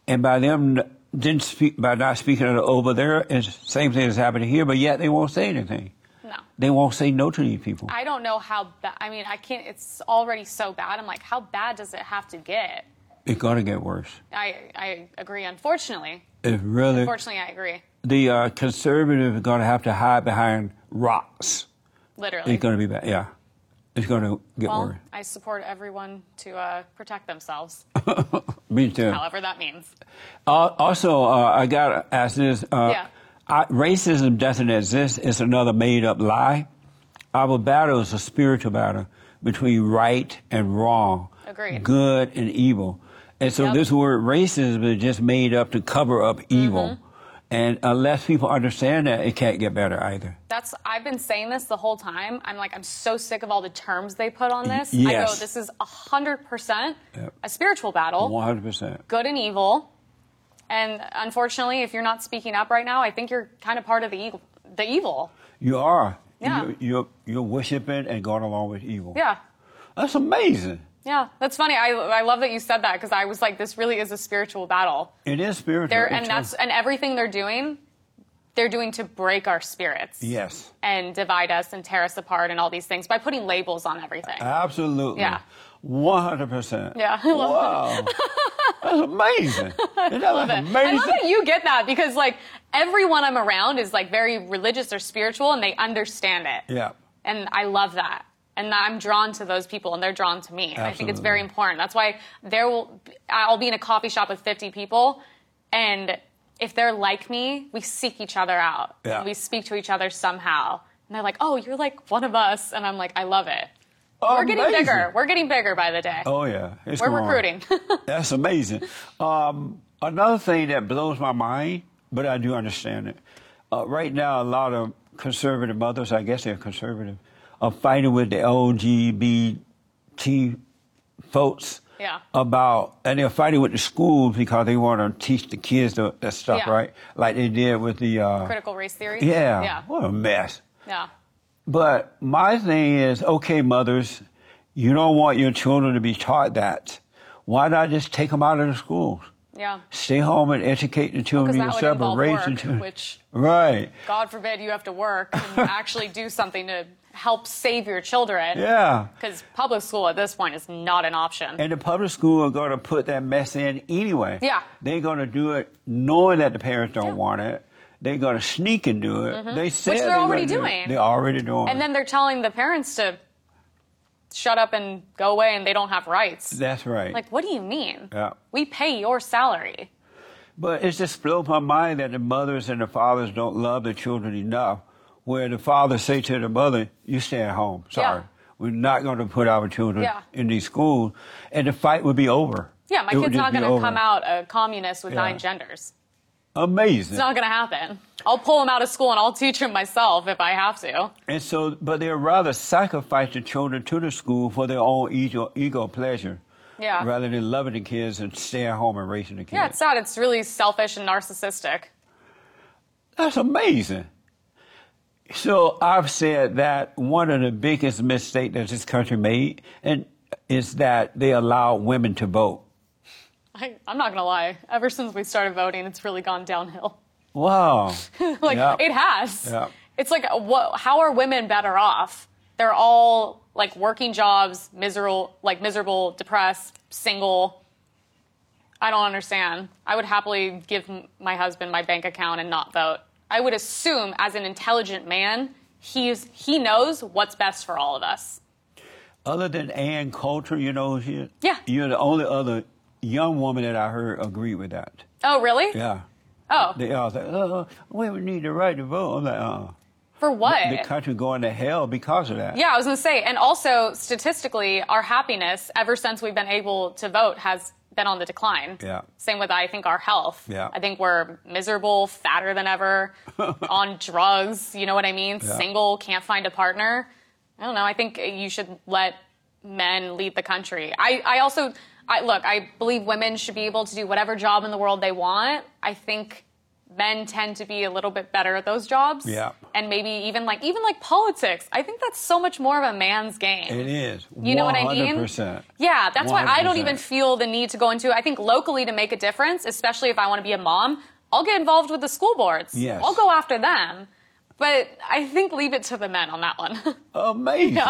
S2: and by them n- didn't speak by not speaking it over there, it's the same thing that's happening here. But yet they won't say anything.
S1: No.
S2: They won't say no to these people.
S1: I don't know how bad. I mean, I can't. It's already so bad. I'm like, how bad does it have to get?
S2: it's gonna get worse.
S1: I I agree. Unfortunately,
S2: It really.
S1: unfortunately, I agree.
S2: The uh, conservatives are gonna have to hide behind rocks.
S1: Literally.
S2: It's gonna be bad. Yeah, it's gonna get
S1: Well,
S2: worse.
S1: I support everyone to uh, protect themselves,
S2: Me too.
S1: however that means.
S2: Al also, uh, I got to ask this. Uh,
S1: Yeah.
S2: I, racism doesn't exist. It's another made up lie. Our battle is a spiritual battle between right and wrong,
S1: Agreed.
S2: good and evil. And so
S1: Yep.
S2: this word racism is just made up to cover up evil.
S1: Mm-hmm.
S2: And unless people understand that, it can't get better either.
S1: That's I've been saying this the whole time. I'm like I'm so sick of all the terms they put on this. I go
S2: yes.
S1: this is 100%
S2: Yep.
S1: a spiritual battle,
S2: 100%.
S1: good and evil. And unfortunately, if you're not speaking up right now, I think you're kind of part of the evil. The evil.
S2: You are.
S1: Yeah.
S2: You- You're, you're worshiping and going along with evil.
S1: Yeah.
S2: That's amazing.
S1: Yeah, that's funny. I, I love that you said that because I was like, this really is a spiritual battle.
S2: It is spiritual.
S1: They're,
S2: It
S1: and
S2: turns-
S1: that's and everything they're doing, they're doing to break our spirits.
S2: Yes.
S1: and divide us and tear us apart and all these things by putting labels on everything.
S2: Absolutely.
S1: Yeah.
S2: 100%.
S1: Yeah, I
S2: Wow. That's amazing. Isn't that like amazing?
S1: I love that you get that because like everyone I'm around is like very religious or spiritual and they understand it.
S2: Yeah.
S1: And I love that. And I'm drawn to those people and they're drawn to me. And I think it's very
S2: Absolutely.
S1: important. That's why there will I'll be in a coffee shop with 50 people and if they're like me, we seek each other out.
S2: Yeah.
S1: We speak to each other somehow. And they're like, "Oh, you're like one of us." And I'm like, "I love it." We're getting
S2: Amazing.
S1: bigger. We're getting bigger by the day.
S2: Oh yeah, it's
S1: We're
S2: going on.
S1: recruiting.
S2: That's amazing. Um, another thing that blows my mind, but I do understand it. Uh, right now, a lot of conservative mothers, I guess they're conservative, are fighting with the LGBT folks
S1: Yeah.
S2: about, and they're fighting with the schools because they want to teach the kids the, that stuff,
S1: Yeah.
S2: right? Like they did with the uh,
S1: Critical race theory.
S2: Yeah,
S1: Yeah.
S2: what a mess.
S1: Yeah.
S2: But my thing is, okay, mothers, you don't want your children to be taught that. Why not just take them out of the schools?
S1: Yeah.
S2: Stay home and educate the children
S1: Because that would
S2: yourself and raise
S1: involve
S2: the
S1: work,
S2: children.
S1: which
S2: Right.
S1: God forbid you have to work and actually do something to help save your children.
S2: Yeah.
S1: Because public school at this point is not an option.
S2: And the public school are going to put that mess in anyway.
S1: Yeah.
S2: They're going to do it knowing that the parents don't
S1: Yeah. Mm-hmm.
S2: want it. They're going to sneak and do it. They said
S1: they're
S2: they were
S1: already
S2: gonna do it.
S1: doing.
S2: They're already doing
S1: and
S2: it.
S1: then they're telling the parents to shut up and go away and they don't have rights.
S2: That's right.
S1: like, what do you mean?
S2: Yeah.
S1: We pay your salary.
S2: But it just blows my mind that the mothers and the fathers don't love their children enough. Where the fathers say to the mother, "You stay at home. Sorry,
S1: Yeah.
S2: we're not going to put our children
S1: Yeah.
S2: in these schools," and the fight would be over.
S1: Yeah, my
S2: It would
S1: kid's
S2: just
S1: not
S2: be
S1: going to
S2: over.
S1: come out a communist with
S2: Yeah.
S1: nine genders.
S2: Amazing.
S1: It's not going to happen. I'll pull him out of school and I'll teach him myself if I have to.
S2: and so, but they'd rather sacrifice the children to the school for their own ego, ego pleasure,
S1: Yeah.
S2: rather than loving the kids and staying at home and raising the kids.
S1: Yeah, it's sad. It's really selfish and narcissistic.
S2: That's amazing. So I've said that one of the biggest mistakes that this country made and is that they allow women to vote.
S1: I, I'm not going to lie. Ever since we started voting, it's really gone downhill.
S2: Wow.
S1: like
S2: Yeah.
S1: it has.
S2: Yeah.
S1: It's like what? How are women better off? They're all like working jobs, miserable, like miserable, depressed, single. I don't understand. I would happily give m- my husband my bank account and not vote. I would assume, as an intelligent man, he's he knows what's best for all of us.
S2: Other than Ann Coulter, you know who she is?
S1: Yeah.
S2: You're the only other young woman that I heard agree with that.
S1: Oh, really?
S2: Yeah.
S1: Oh,
S2: They all say, oh, women need the right to vote. I'm like, uh-uh.
S1: for what?
S2: The country going to hell because of that.
S1: Yeah, I was going to say, and also statistically, our happiness ever since we've been able to vote has been on the decline.
S2: Yeah.
S1: Same with I think our health.
S2: Yeah.
S1: I think we're miserable, fatter than ever, on drugs. You know what I mean?
S2: Yeah.
S1: Single, can't find a partner. I don't know. I think you should let men lead the country. I, I also, I look, I believe women should be able to do whatever job in the world they want. I think men tend to be a little bit better at those jobs
S2: Yeah.
S1: and maybe even like even like politics. I think that's so much more of a man's game.
S2: It is.
S1: You know what I mean?
S2: 100%.
S1: Yeah, that's why I don't
S2: 100%.
S1: even feel the need to go into. I think locally to make a difference, especially if I want to be a mom, I'll get involved with the school boards.
S2: Yes.
S1: I'll go after them. But I think leave it to the men on that one.
S2: Amazing.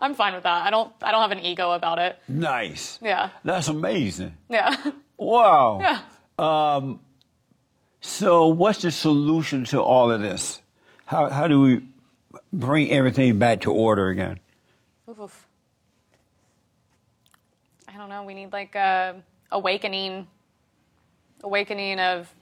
S1: I'm fine with that. I don't I don't have an ego about it.
S2: Nice.
S1: Yeah.
S2: That's amazing.
S1: Yeah.
S2: Wow.
S1: Yeah.
S2: Um, so, what's the solution to all of this? How, how do we bring everything back to order again?
S1: Oof, oof. I don't know. We need like a awakening, awakening of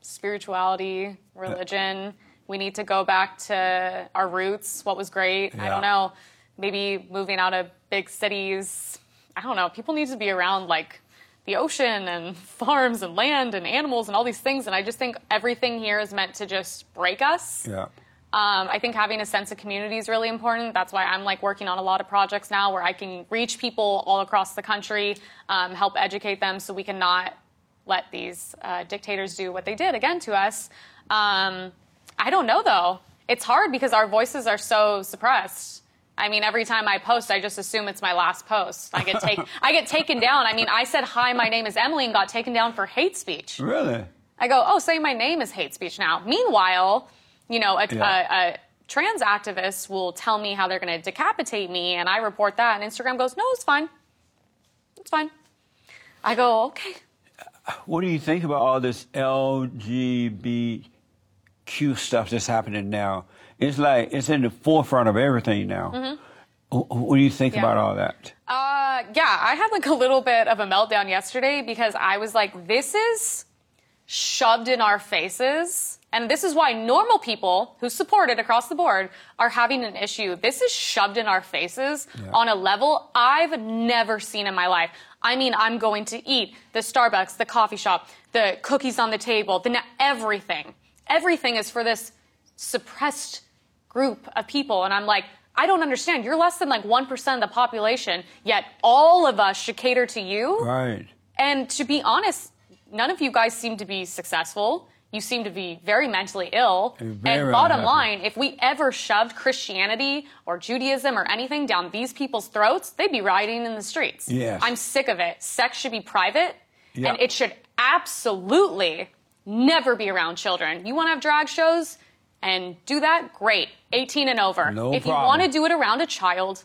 S1: spirituality, religion. We need to go back to our roots. What was great. I
S2: Yeah.
S1: don't know. Maybe moving out of big cities. I don't know. People need to be around like the ocean and farms and land and animals and all these things. And I just think everything here is meant to just break us.
S2: Yeah.
S1: Um, I think having a sense of community is really important. That's why I'm like working on a lot of projects now where I can reach people all across the country, um, help educate them so we cannot let these uh, dictators do what they did again to us. Um, I don't know though. It's hard because our voices are so suppressed. I mean, every time I post, I just assume it's my last post. I get take, I get taken down. I mean, I said hi, my name is Emily, and got taken down for hate speech.
S2: Really?
S1: I go, oh, saying my name is hate speech now. Meanwhile, you know, a,
S2: Yeah.
S1: a, a trans activist will tell me how they're going to decapitate me, and I report that, and Instagram goes, no, it's fine. It's fine. I go, okay.
S2: What do you think about all this LGBTQ stuff that's happening now? It's like it's in the forefront of everything now. Wh- wh- What do you think
S1: Mm-hmm. Yeah.
S2: about all that?
S1: Uh, yeah, I had like a little bit of a meltdown yesterday because I was like, this is shoved in our faces. And this is why normal people who support it across the board are having an issue. This is shoved in our faces on a level I've never seen in my life. I mean, I'm going to eat the Starbucks, the coffee shop, the cookies on the table, the na- everything. Everything is for this suppressed group of people. And I'm like, I don't understand. You're less than like 1% of the population, yet all of us should cater to you.
S2: Right.
S1: And to be honest, none of you guys seem to be successful. You seem to be very mentally ill.
S2: And very
S1: and bottom
S2: unhappy.
S1: line, if we ever shoved Christianity or Judaism or anything down these people's throats, they'd be rioting in the streets.
S2: Yes.
S1: I'm sick of it. Sex should be private,
S2: Yeah.
S1: and it should absolutely never be around children. You want to have drag shows and do that? Great. 18 and over.
S2: No problem.
S1: if you want to do it around a child,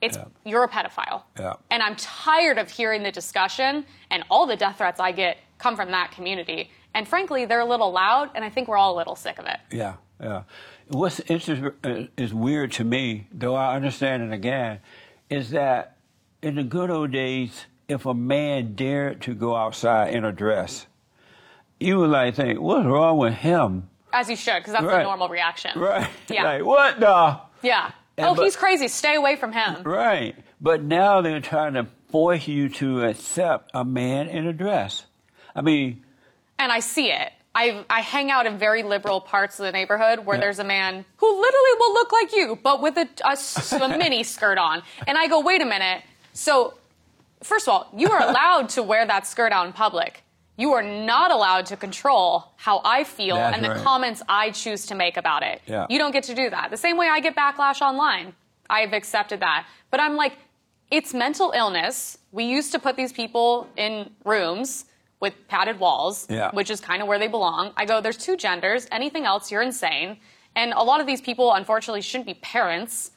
S1: it's
S2: Yeah.
S1: you're a pedophile.
S2: Yeah.
S1: And I'm tired of hearing the discussion and all the death threats I get come from that community. And frankly, they're a little loud and I think we're all a little sick of it.
S2: Yeah, yeah. What's interesting uh, is weird to me, though I understand it again, is that in the good old days, if a man dared to go outside in a dress, you would like think, what's wrong with him?
S1: As you should, because that's
S2: Right.
S1: the normal reaction.
S2: Right?
S1: Yeah.
S2: like, what the?
S1: Yeah.
S2: And
S1: oh,
S2: but-
S1: he's crazy. Stay away from him.
S2: Right. But now they're trying to force you to accept a man in a dress. I mean,
S1: and I see it. I, I hang out in very liberal parts of the neighborhood where
S2: Yeah.
S1: there's a man who literally will look like you, but with a, a s- a mini skirt on. And I go, wait a minute. So, first of all, you are allowed to wear that skirt out in public. You are not allowed to control how I feel
S2: That's
S1: and the
S2: right.
S1: comments I choose to make about it.
S2: Yeah.
S1: You don't get to do that. The same way I get backlash online. I've accepted that. But I'm like, it's mental illness. We used to put these people in rooms with padded walls,
S2: Yeah.
S1: which is kind of where they belong. I go, there's two genders. Anything else, you're insane. And a lot of these people, unfortunately, shouldn't be parents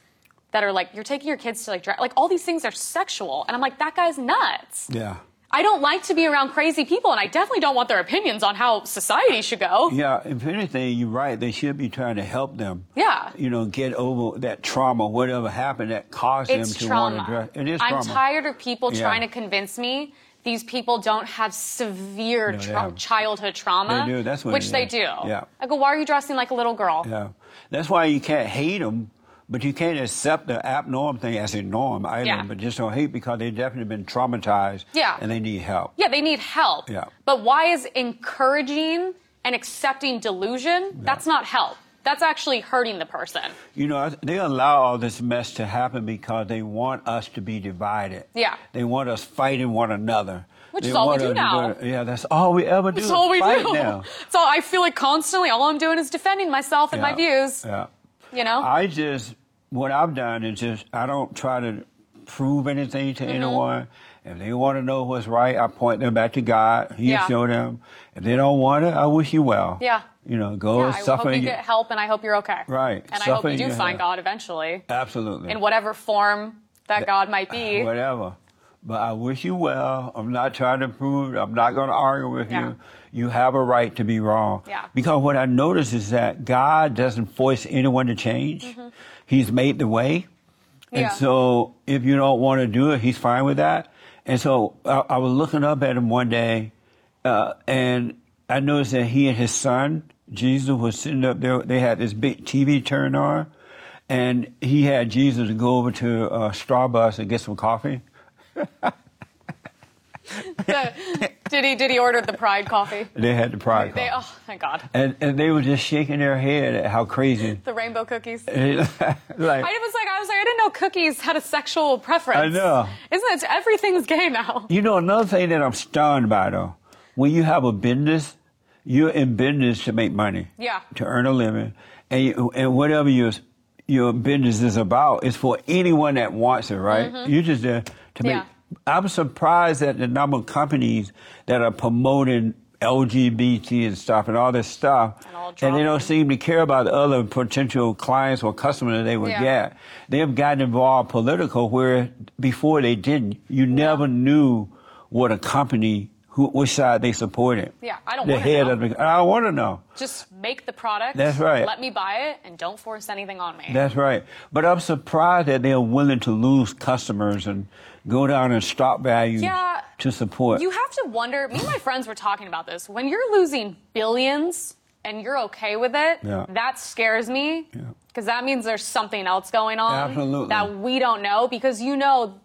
S1: that are like, you're taking your kids to like, dra- like all these things are sexual. And I'm like, that guy's nuts.
S2: yeah.
S1: I don't like to be around crazy people, and I definitely don't want their opinions on how society should go.
S2: Yeah, if anything, you're right. They should be trying to help them.
S1: Yeah.
S2: You know, get over that trauma, whatever happened that caused
S1: It's
S2: them to want to
S1: trauma.
S2: dress. It is
S1: I'm
S2: trauma.
S1: tired of people
S2: Yeah.
S1: trying to convince me these people don't have severe
S2: No, they
S1: tra-
S2: have-
S1: childhood trauma.
S2: They do. That's what
S1: which
S2: it
S1: they
S2: is.
S1: do.
S2: Yeah.
S1: I go, why are you dressing like a little girl?
S2: Yeah. That's why you can't hate them, but you can't accept the abnorm thing as a norm either.
S1: Yeah.
S2: But just don't hate because they've definitely been traumatized
S1: Yeah.
S2: and they need help.
S1: Yeah, they need help.
S2: Yeah.
S1: But why is encouraging and accepting delusion? That's not help. That's actually hurting the person.
S2: You know, I- they allow all this mess to happen because they want us to be divided.
S1: Yeah.
S2: They want us fighting one another.
S1: Which
S2: They
S1: is all we
S2: want
S1: do
S2: us to
S1: now.
S2: go- yeah, that's all we ever do.
S1: That's
S2: is
S1: all we
S2: fight
S1: do.
S2: now.
S1: So I feel like constantly all I'm doing is defending myself and my
S2: Yeah.
S1: views.
S2: Yeah.
S1: You know?
S2: I just what I've done is just I don't try to prove anything
S1: Mm-hmm.
S2: to anyone. If they want to know what's right, I point them back to God. He
S1: Yeah.
S2: show them. If they don't want it, I wish you well.
S1: Yeah.
S2: You know, go
S1: yeah, I
S2: suffer.
S1: hope you
S2: your-
S1: get help and I hope you're okay.
S2: Right.
S1: And I
S2: Suffer
S1: hope you do
S2: your-
S1: find God eventually.
S2: Absolutely.
S1: in whatever form that God might be.
S2: Whatever. But I wish you well. I'm not trying to prove. I'm not going to argue with
S1: Yeah.
S2: you. You have a right to be wrong.
S1: Yeah.
S2: Because what I notice is that God doesn't force anyone to change.
S1: Mm-hmm.
S2: He's made the way. And
S1: Yeah.
S2: so if you don't want to do it, he's fine with that. And so I, I was looking up at him one day, uh, and I noticed that he and his son, Jesus, was sitting up there. They had this big TV turned on, and he had Jesus go over to uh, Starbucks and get some coffee.
S1: did he did he order the pride coffee?
S2: They had the pride
S1: They
S2: coffee.
S1: oh thank God.
S2: And, and they were just shaking their head at how crazy.
S1: The rainbow cookies. I
S2: like,
S1: was like I was like I didn't know cookies had a sexual preference.
S2: I know.
S1: Isn't it everything's gay now?
S2: You know, another thing that I'm stunned by though, when you have a business, you're in business to make money.
S1: Yeah.
S2: To earn a living. And, you, and whatever your, your business is about is for anyone that wants it, right? You're just there to make.
S1: Mm-hmm. Yeah.
S2: I'm surprised at the number of companies that are promoting LGBT and stuff and all this stuff.
S1: And all
S2: they
S1: drama.
S2: don't seem to care about the other potential clients or customers they would
S1: Yeah.
S2: get. They have gotten involved political where before they didn't. You never knew what a company, who, which side they supported.
S1: Yeah, I don't
S2: The
S1: wanna
S2: head
S1: know.
S2: of the. I want to know.
S1: Just make the product.
S2: That's right.
S1: Let me buy it and don't force anything on me.
S2: That's right. But I'm surprised that they are willing to lose customers and go down and stop value
S1: Yeah.
S2: to support.
S1: You have to wonder. Me and my friends were talking about this. When you're losing billions and you're okay with it,
S2: Yeah.
S1: that scares me
S2: Yeah.
S1: because that means there's something else going on
S2: Absolutely.
S1: that we don't know. Because you know,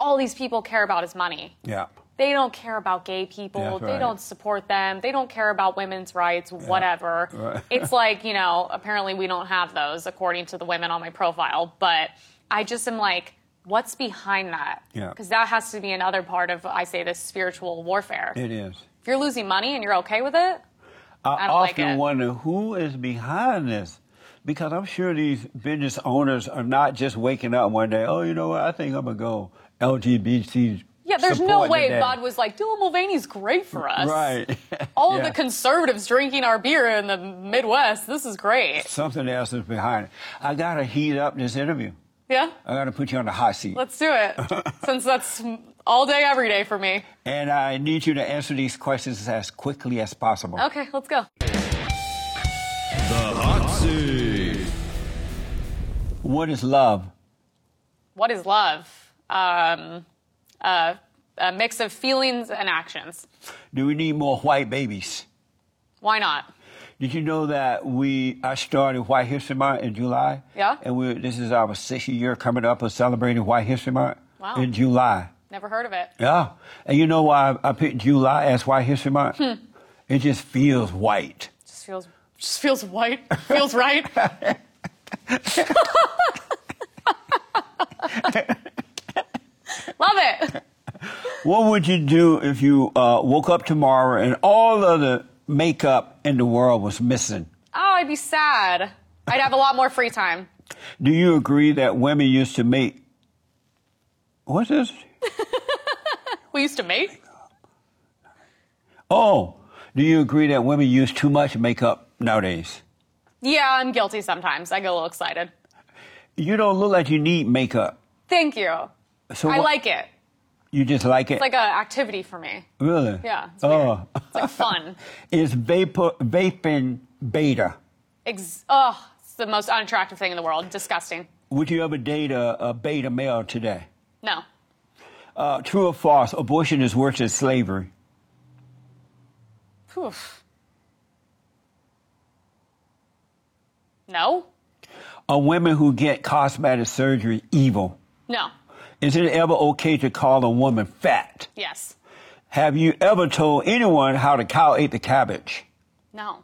S1: all these people care about is money.
S2: yeah.
S1: They don't care about gay people.
S2: That's
S1: They
S2: right.
S1: don't support them. They don't care about women's rights, whatever.
S2: Right.
S1: it's like, you know, apparently we don't have those according to the women on my profile. But I just am like, what's behind that?
S2: Yeah.
S1: Because that has to be another part of, I say, this spiritual warfare.
S2: It is.
S1: if you're losing money and you're okay with it,
S2: I,
S1: I don't like
S2: often
S1: it.
S2: wonder who is behind this because I'm sure these business owners are not just waking up one day, oh, you know what, I think I'm going to go LGBT.
S1: yeah, there's no
S2: support
S1: way
S2: today."
S1: God was like, Dylan Mulvaney's great for us.
S2: Right.
S1: All
S2: Yeah.
S1: the conservatives drinking our beer in the Midwest, this is great.
S2: Something else is behind it. I got to heat up this interview.
S1: Yeah?
S2: I got to put you on the hot seat.
S1: Let's do it. Since that's all day, every day for me.
S2: And I need you to answer these questions as quickly as possible.
S1: Okay, let's go.
S3: The hot seat.
S2: What is love?
S1: What is love? Um, uh, a mix of feelings and actions.
S2: Do we need more white babies?
S1: Why not?
S2: Did you know that we I started White History Month in July?
S1: Yeah.
S2: And we this is our sixth year coming up of celebrating White History Month
S1: Wow.
S2: in July.
S1: Never heard of it.
S2: Yeah. And you know why I picked July as White History Month?
S1: Hmm.
S2: It just feels white.
S1: Just feels, just feels white. Feels right. Love it.
S2: What would you do if you uh, woke up tomorrow and all of the makeup in the world was missing?
S1: Oh, I'd be sad. I'd have a lot more free time.
S2: Do you agree that women used to make what's this?
S1: We used to mate.
S2: Oh, do you agree that women use too much makeup nowadays?
S1: Yeah, I'm guilty sometimes. I get a little excited.
S2: You don't look like you need makeup.
S1: Thank you.
S2: So
S1: I
S2: what-
S1: like it.
S2: you just like it.
S1: It's like an activity for me.
S2: really?
S1: Yeah. It's weird.
S2: Oh,
S1: It's like fun.
S2: is vapor vaping beta?
S1: Ex- oh, it's the most unattractive thing in the world. Disgusting.
S2: Would you ever date a, a beta male today?
S1: No.
S2: Uh, true or false? Abortion is worse than slavery.
S1: Poof. No.
S2: Are women who get cosmetic surgery evil?
S1: No.
S2: Is it ever okay to call a woman fat?
S1: Yes.
S2: Have you ever told anyone how the cow ate the cabbage?
S1: No.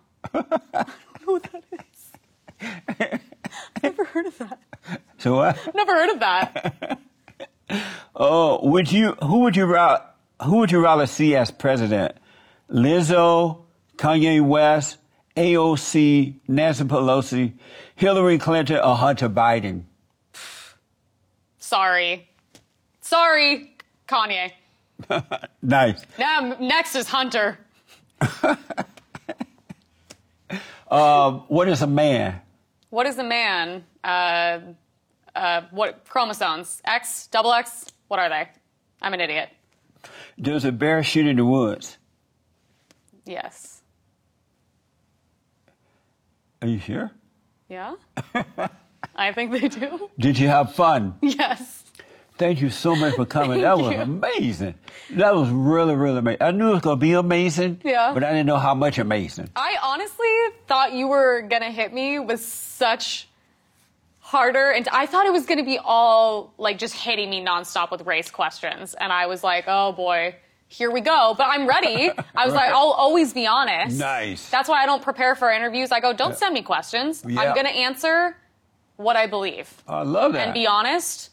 S2: So what?
S1: Never heard of that.
S2: Oh, would you? Who would you rather? Who would you rather see as president? Lizzo, Kanye West, AOC, Nancy Pelosi, Hillary Clinton, or Hunter Biden?
S1: Sorry. Sorry, Kanye.
S2: Nice.
S1: Now, next is Hunter.
S2: What is a man?
S1: What is a man? Uh, uh, what chromosomes? X, double X? What are they? I'm an idiot.
S2: Does a bear shoot in the woods?
S1: Yes.
S2: Are you sure?
S1: Yeah? I think they do.
S2: Did you have fun?
S1: Yes.
S2: Thank you so much for coming.
S1: Thank
S2: that was
S1: you.
S2: amazing. That was really, really amazing. I knew it was going to be amazing,
S1: Yeah.
S2: but I didn't know how much amazing.
S1: I honestly thought you were gonna hit me with such harder, and I thought it was gonna be all like just hitting me nonstop with race questions, and I was like, oh boy, here we go. But I'm ready. I was like, I'll always be honest.
S2: Nice.
S1: That's why I don't prepare for interviews. I go, don't send me questions.
S2: Yeah.
S1: I'm gonna answer what I believe
S2: I love that.
S1: and be honest,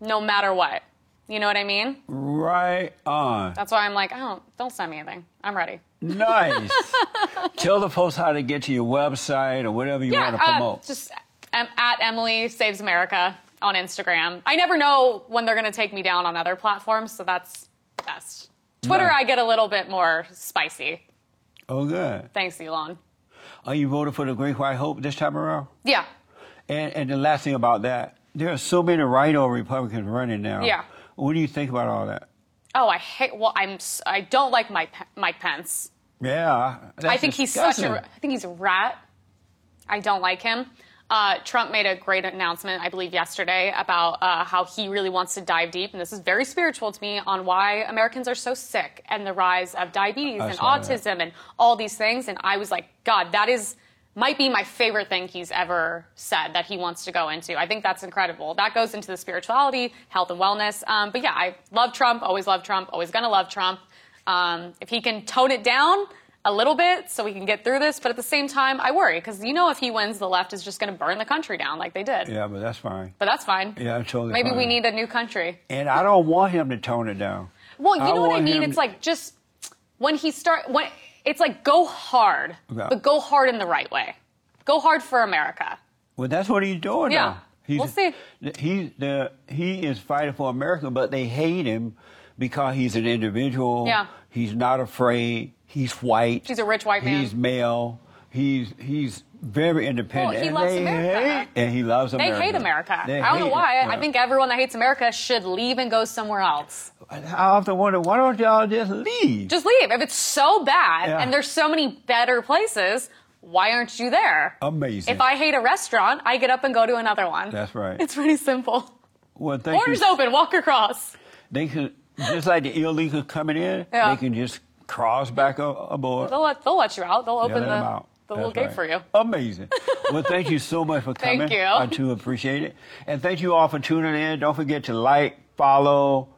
S1: no matter what. You know what I mean?
S2: Right on.
S1: That's why I'm like, I don't don't send me anything. I'm ready.
S2: Nice. Tell the folks how to get to your website or whatever you want to
S1: uh,
S2: promote.
S1: just um, at Emily Saves America on Instagram. I never know when they're going to take me down on other platforms, so that's the best. Twitter,
S2: Nice.
S1: I get a little bit more spicy.
S2: oh, good.
S1: Thanks, Elon.
S2: Are you voting for the Great White Hope this time around?
S1: Yeah,
S2: And, and the last thing about that, there are so many right-on Republicans running now.
S1: Yeah.
S2: What do you think about all that?
S1: Oh, I hate. Well, I'm. s- I don't like Mike, Pe- Mike Pence.
S2: Yeah.
S1: I think he's such a. I think he's a rat. I don't like him. Uh, Trump made a great announcement, I believe, yesterday about uh, how he really wants to dive deep, and this is very spiritual to me, on why Americans are so sick and the rise of diabetes
S2: I
S1: and
S2: saw that.
S1: autism and all these things. And I was like, God, that is might be my favorite thing he's ever said that he wants to go into. I think that's incredible. That goes into the spirituality, health, and wellness. Um, but yeah, I love Trump. Always love Trump. Always gonna love Trump. Um, if he can tone it down a little bit so we can get through this, but at the same time, I worry because you know if he wins, the left is just gonna burn the country down like they did.
S2: Yeah, but that's fine.
S1: But that's fine.
S2: Yeah, totally
S1: Maybe we
S2: fine.
S1: need a new country.
S2: And I don't want him to tone it down.
S1: Well, you
S2: I
S1: know what I
S2: want
S1: mean.
S2: him-
S1: It's like just when he start when it's like go hard,
S2: Okay.
S1: but go hard in the right way. Go hard for America.
S2: Well, that's what he's doing.
S1: Yeah.
S2: now. He's,
S1: We'll see.
S2: He's the he is fighting for America, but they hate him because he's an individual.
S1: Yeah.
S2: He's not afraid. He's white.
S1: He's a rich white man.
S2: He's male. He's he's very independent.
S1: he
S2: and
S1: loves
S2: they
S1: America.
S2: hate- and he loves
S1: They
S2: America.
S1: hate America.
S2: They
S1: I don't know
S2: hate it.
S1: why. I
S2: Yeah.
S1: think everyone that hates America should leave and go somewhere else.
S2: I often wonder why don't y'all just leave?
S1: Just leave. If it's so bad
S2: Yeah.
S1: and there's so many better places, why aren't you there?
S2: Amazing.
S1: If I hate a restaurant, I get up and go to another one.
S2: That's right.
S1: It's pretty simple.
S2: well, thank
S1: Borders
S2: you.
S1: open, walk across.
S2: They could just like the illegal coming in.
S1: Yeah.
S2: They can just cross back a- aboard.
S1: They'll let, they'll let you out. They'll open
S2: Yeah, let 'em
S1: the,
S2: out.
S1: the little
S2: That's
S1: gate for
S2: right.
S1: you.
S2: Amazing. well, thank you so much for coming.
S1: Thank you.
S2: I do appreciate it. And thank you all for tuning in. Don't forget to like, follow,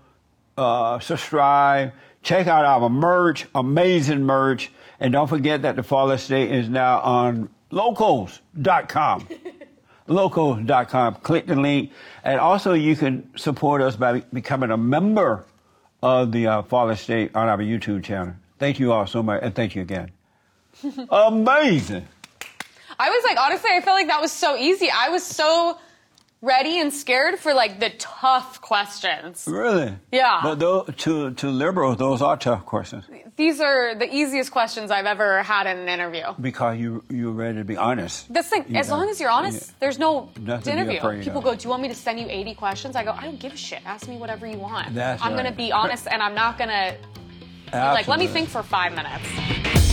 S2: uh, subscribe, check out our merch, amazing merch. And don't forget that the Fall State is now on locals.com. locals.com. Click the link. And also, you can support us by becoming a member of the uh, Fall Estate on our YouTube channel. Thank you all so much, and thank you again. Amazing.
S1: I was like, honestly, I felt like that was so easy. I was so ready and scared for like the tough questions.
S2: Really?
S1: Yeah.
S2: But though, to, to liberals, those are tough questions
S1: These are the easiest questions I've ever had in an interview.
S2: because you, you're ready to be honest.
S1: That's like,
S2: You
S1: as
S2: know,
S1: long as you're honest,
S2: yeah.
S1: there's no
S2: Nothing to be
S1: interview.
S2: afraid
S1: People
S2: of.
S1: go, Do you want me to send you 80 questions? I go, I don't give a shit. Ask me whatever you want.
S2: That's
S1: I'm
S2: right.
S1: going to be honest and I'm not going to, like, let
S2: Absolutely.
S1: me think for five minutes.